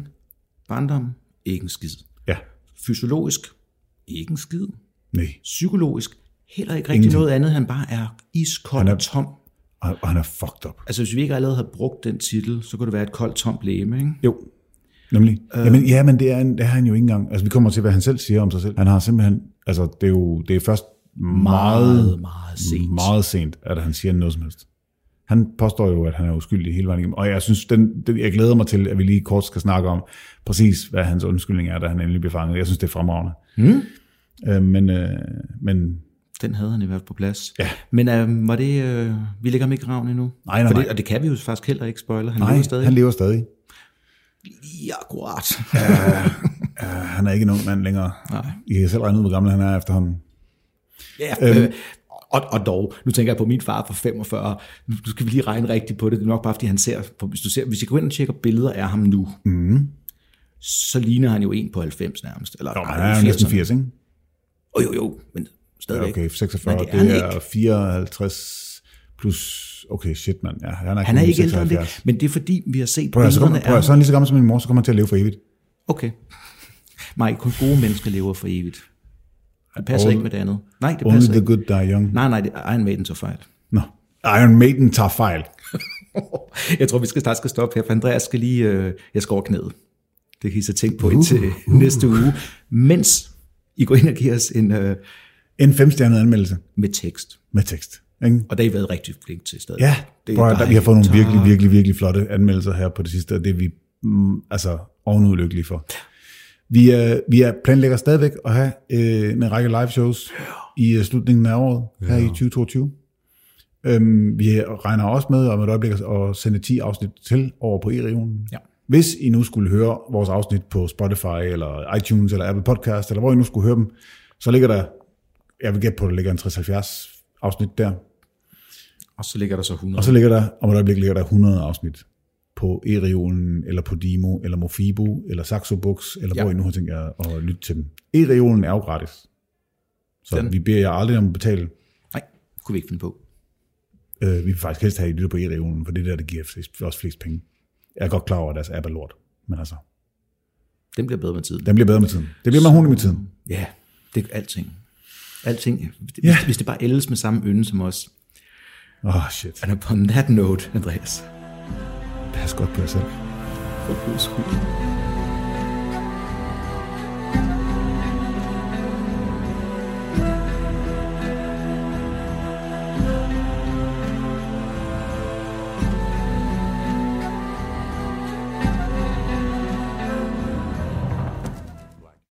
Speaker 1: Barndom, ikke en skid.
Speaker 2: Ja,
Speaker 1: Fysiologisk, ikke en skid.
Speaker 2: nej.
Speaker 1: Psykologisk, heller ikke rigtig
Speaker 2: Ingenting.
Speaker 1: noget andet. Han bare er iskold
Speaker 2: Han
Speaker 1: og
Speaker 2: er-
Speaker 1: tom.
Speaker 2: Og, og han er fucked up.
Speaker 1: Altså, hvis vi ikke allerede havde brugt den titel, så kunne det være et koldt, tomt læme, ikke?
Speaker 2: Jo, nemlig. Øh. Jamen, ja, men det er, han- det er han jo ikke engang. Altså, vi kommer til, hvad han selv siger om sig selv. Han har simpelthen, altså, det er jo det er først meget,
Speaker 1: Meget, meget sent.
Speaker 2: meget sent, at han siger noget som helst. Han påstår jo, at han er uskyldig hele vejen igennem. Og jeg synes, den, den, jeg glæder mig til, at vi lige kort skal snakke om præcis, hvad hans undskyldning er, da han endelig bliver fanget. Jeg synes, det er fremragende. Mm. Øh, men, øh, men
Speaker 1: Den havde han i hvert fald på plads. Ja. Men øh, var det, øh, vi ligger ham ikke i graven endnu?
Speaker 2: Nej, nej,
Speaker 1: For det,
Speaker 2: nej.
Speaker 1: Og det kan vi jo faktisk heller ikke spoiler. Han
Speaker 2: nej,
Speaker 1: lever stadig.
Speaker 2: han lever stadig.
Speaker 1: Ja, akkurat.
Speaker 2: Han er ikke en ung mand længere. Nej. I kan selv regne ud, hvor gammel han er efterhånden.
Speaker 1: [laughs] Ja, øh, og, og dog, nu tænker jeg på min far fra 45. Nu nu skal vi lige regne rigtigt på det. Det er nok bare, fordi han ser, for hvis du ser, hvis jeg går ind og tjekker billeder af ham nu, mm. så ligner han jo en på 90 nærmest. Eller,
Speaker 2: Nå, men han er jo næsten 80, ikke?
Speaker 1: Oh, jo, jo, men stadigvæk.
Speaker 2: Ja, okay, 46,
Speaker 1: Men
Speaker 2: det
Speaker 1: det
Speaker 2: er,
Speaker 1: er han
Speaker 2: det er 54 plus... Okay, shit, mand. Ja, han er,
Speaker 1: Han er
Speaker 2: kun
Speaker 1: ikke ældre end
Speaker 2: 76.
Speaker 1: det, men det er fordi, vi har set
Speaker 2: Prøv at, så, kommer,
Speaker 1: billederne
Speaker 2: prøv at, så er han lige så gammel som min mor, så kommer han til at leve for evigt.
Speaker 1: Okay. Nej, kun gode mennesker lever for evigt. Det passer
Speaker 2: Only-
Speaker 1: ikke med det andet. Nej, det
Speaker 2: Only
Speaker 1: passer
Speaker 2: the
Speaker 1: ikke.
Speaker 2: good die young.
Speaker 1: Nej, nej, det, Iron Maiden så fejl.
Speaker 2: Nå. Iron Maiden tager fejl.
Speaker 1: [laughs] Jeg tror, vi skal snart skal stoppe her, for Andreas skal lige, øh, jeg skal over knæet. Det kan I så tænke på indtil uh, uh. [laughs] næste uge. Mens I går ind og giver os en øh,
Speaker 2: En femstjernet anmeldelse
Speaker 1: med tekst.
Speaker 2: med tekst. Ikke?
Speaker 1: Og der har I været rigtig flink til stadig.
Speaker 2: Ja,
Speaker 1: Det er
Speaker 2: prøv at, der, vi har
Speaker 1: dejligt.
Speaker 2: fået nogle virkelig, virkelig, virkelig flotte anmeldelser her på det sidste, og det er vi mm, altså ovenudlykkelige for. Vi, er, vi er planlægger stadigvæk at have øh, en række live shows i øh, slutningen af året, her i 2022. Øhm, vi regner også med om et øjeblik at sende 10 afsnit til over på e-regionen.
Speaker 1: Ja.
Speaker 2: Hvis I nu skulle høre vores afsnit på Spotify, eller iTunes, eller Apple Podcast, eller hvor I nu skulle høre dem, så ligger der, jeg vil gætte på, at der ligger en 60-70 afsnit der.
Speaker 1: Og så ligger der så 100.
Speaker 2: Og så ligger der, om et øjeblik ligger der 100 afsnit på E-regionen, eller på Dimo, eller Mofibo, eller Saxo Books, eller
Speaker 1: Ja.
Speaker 2: ja. hvor I nu har tænkt jer at lytte til dem. E-regionen er jo gratis. Så
Speaker 1: Den-
Speaker 2: Den. vi beder jer aldrig om at betale.
Speaker 1: Nej, kunne vi ikke finde på.
Speaker 2: Øh, vi vil faktisk helst have, at I lytter på E-regionen, for det er der, der giver flest, også flest penge. Jeg er godt klar over, at deres app er lort. Men altså,
Speaker 1: Den bliver bedre med tiden.
Speaker 2: den bliver bedre med tiden. Det bliver mere hunde med tiden.
Speaker 1: Ja, det er alting. Alting. Hvis, ja. hvis det bare ældes med samme ynde som os.
Speaker 2: Åh, oh, shit.
Speaker 1: And upon that note, Andreas.
Speaker 2: Pas godt på jer selv.
Speaker 1: For guds skyld.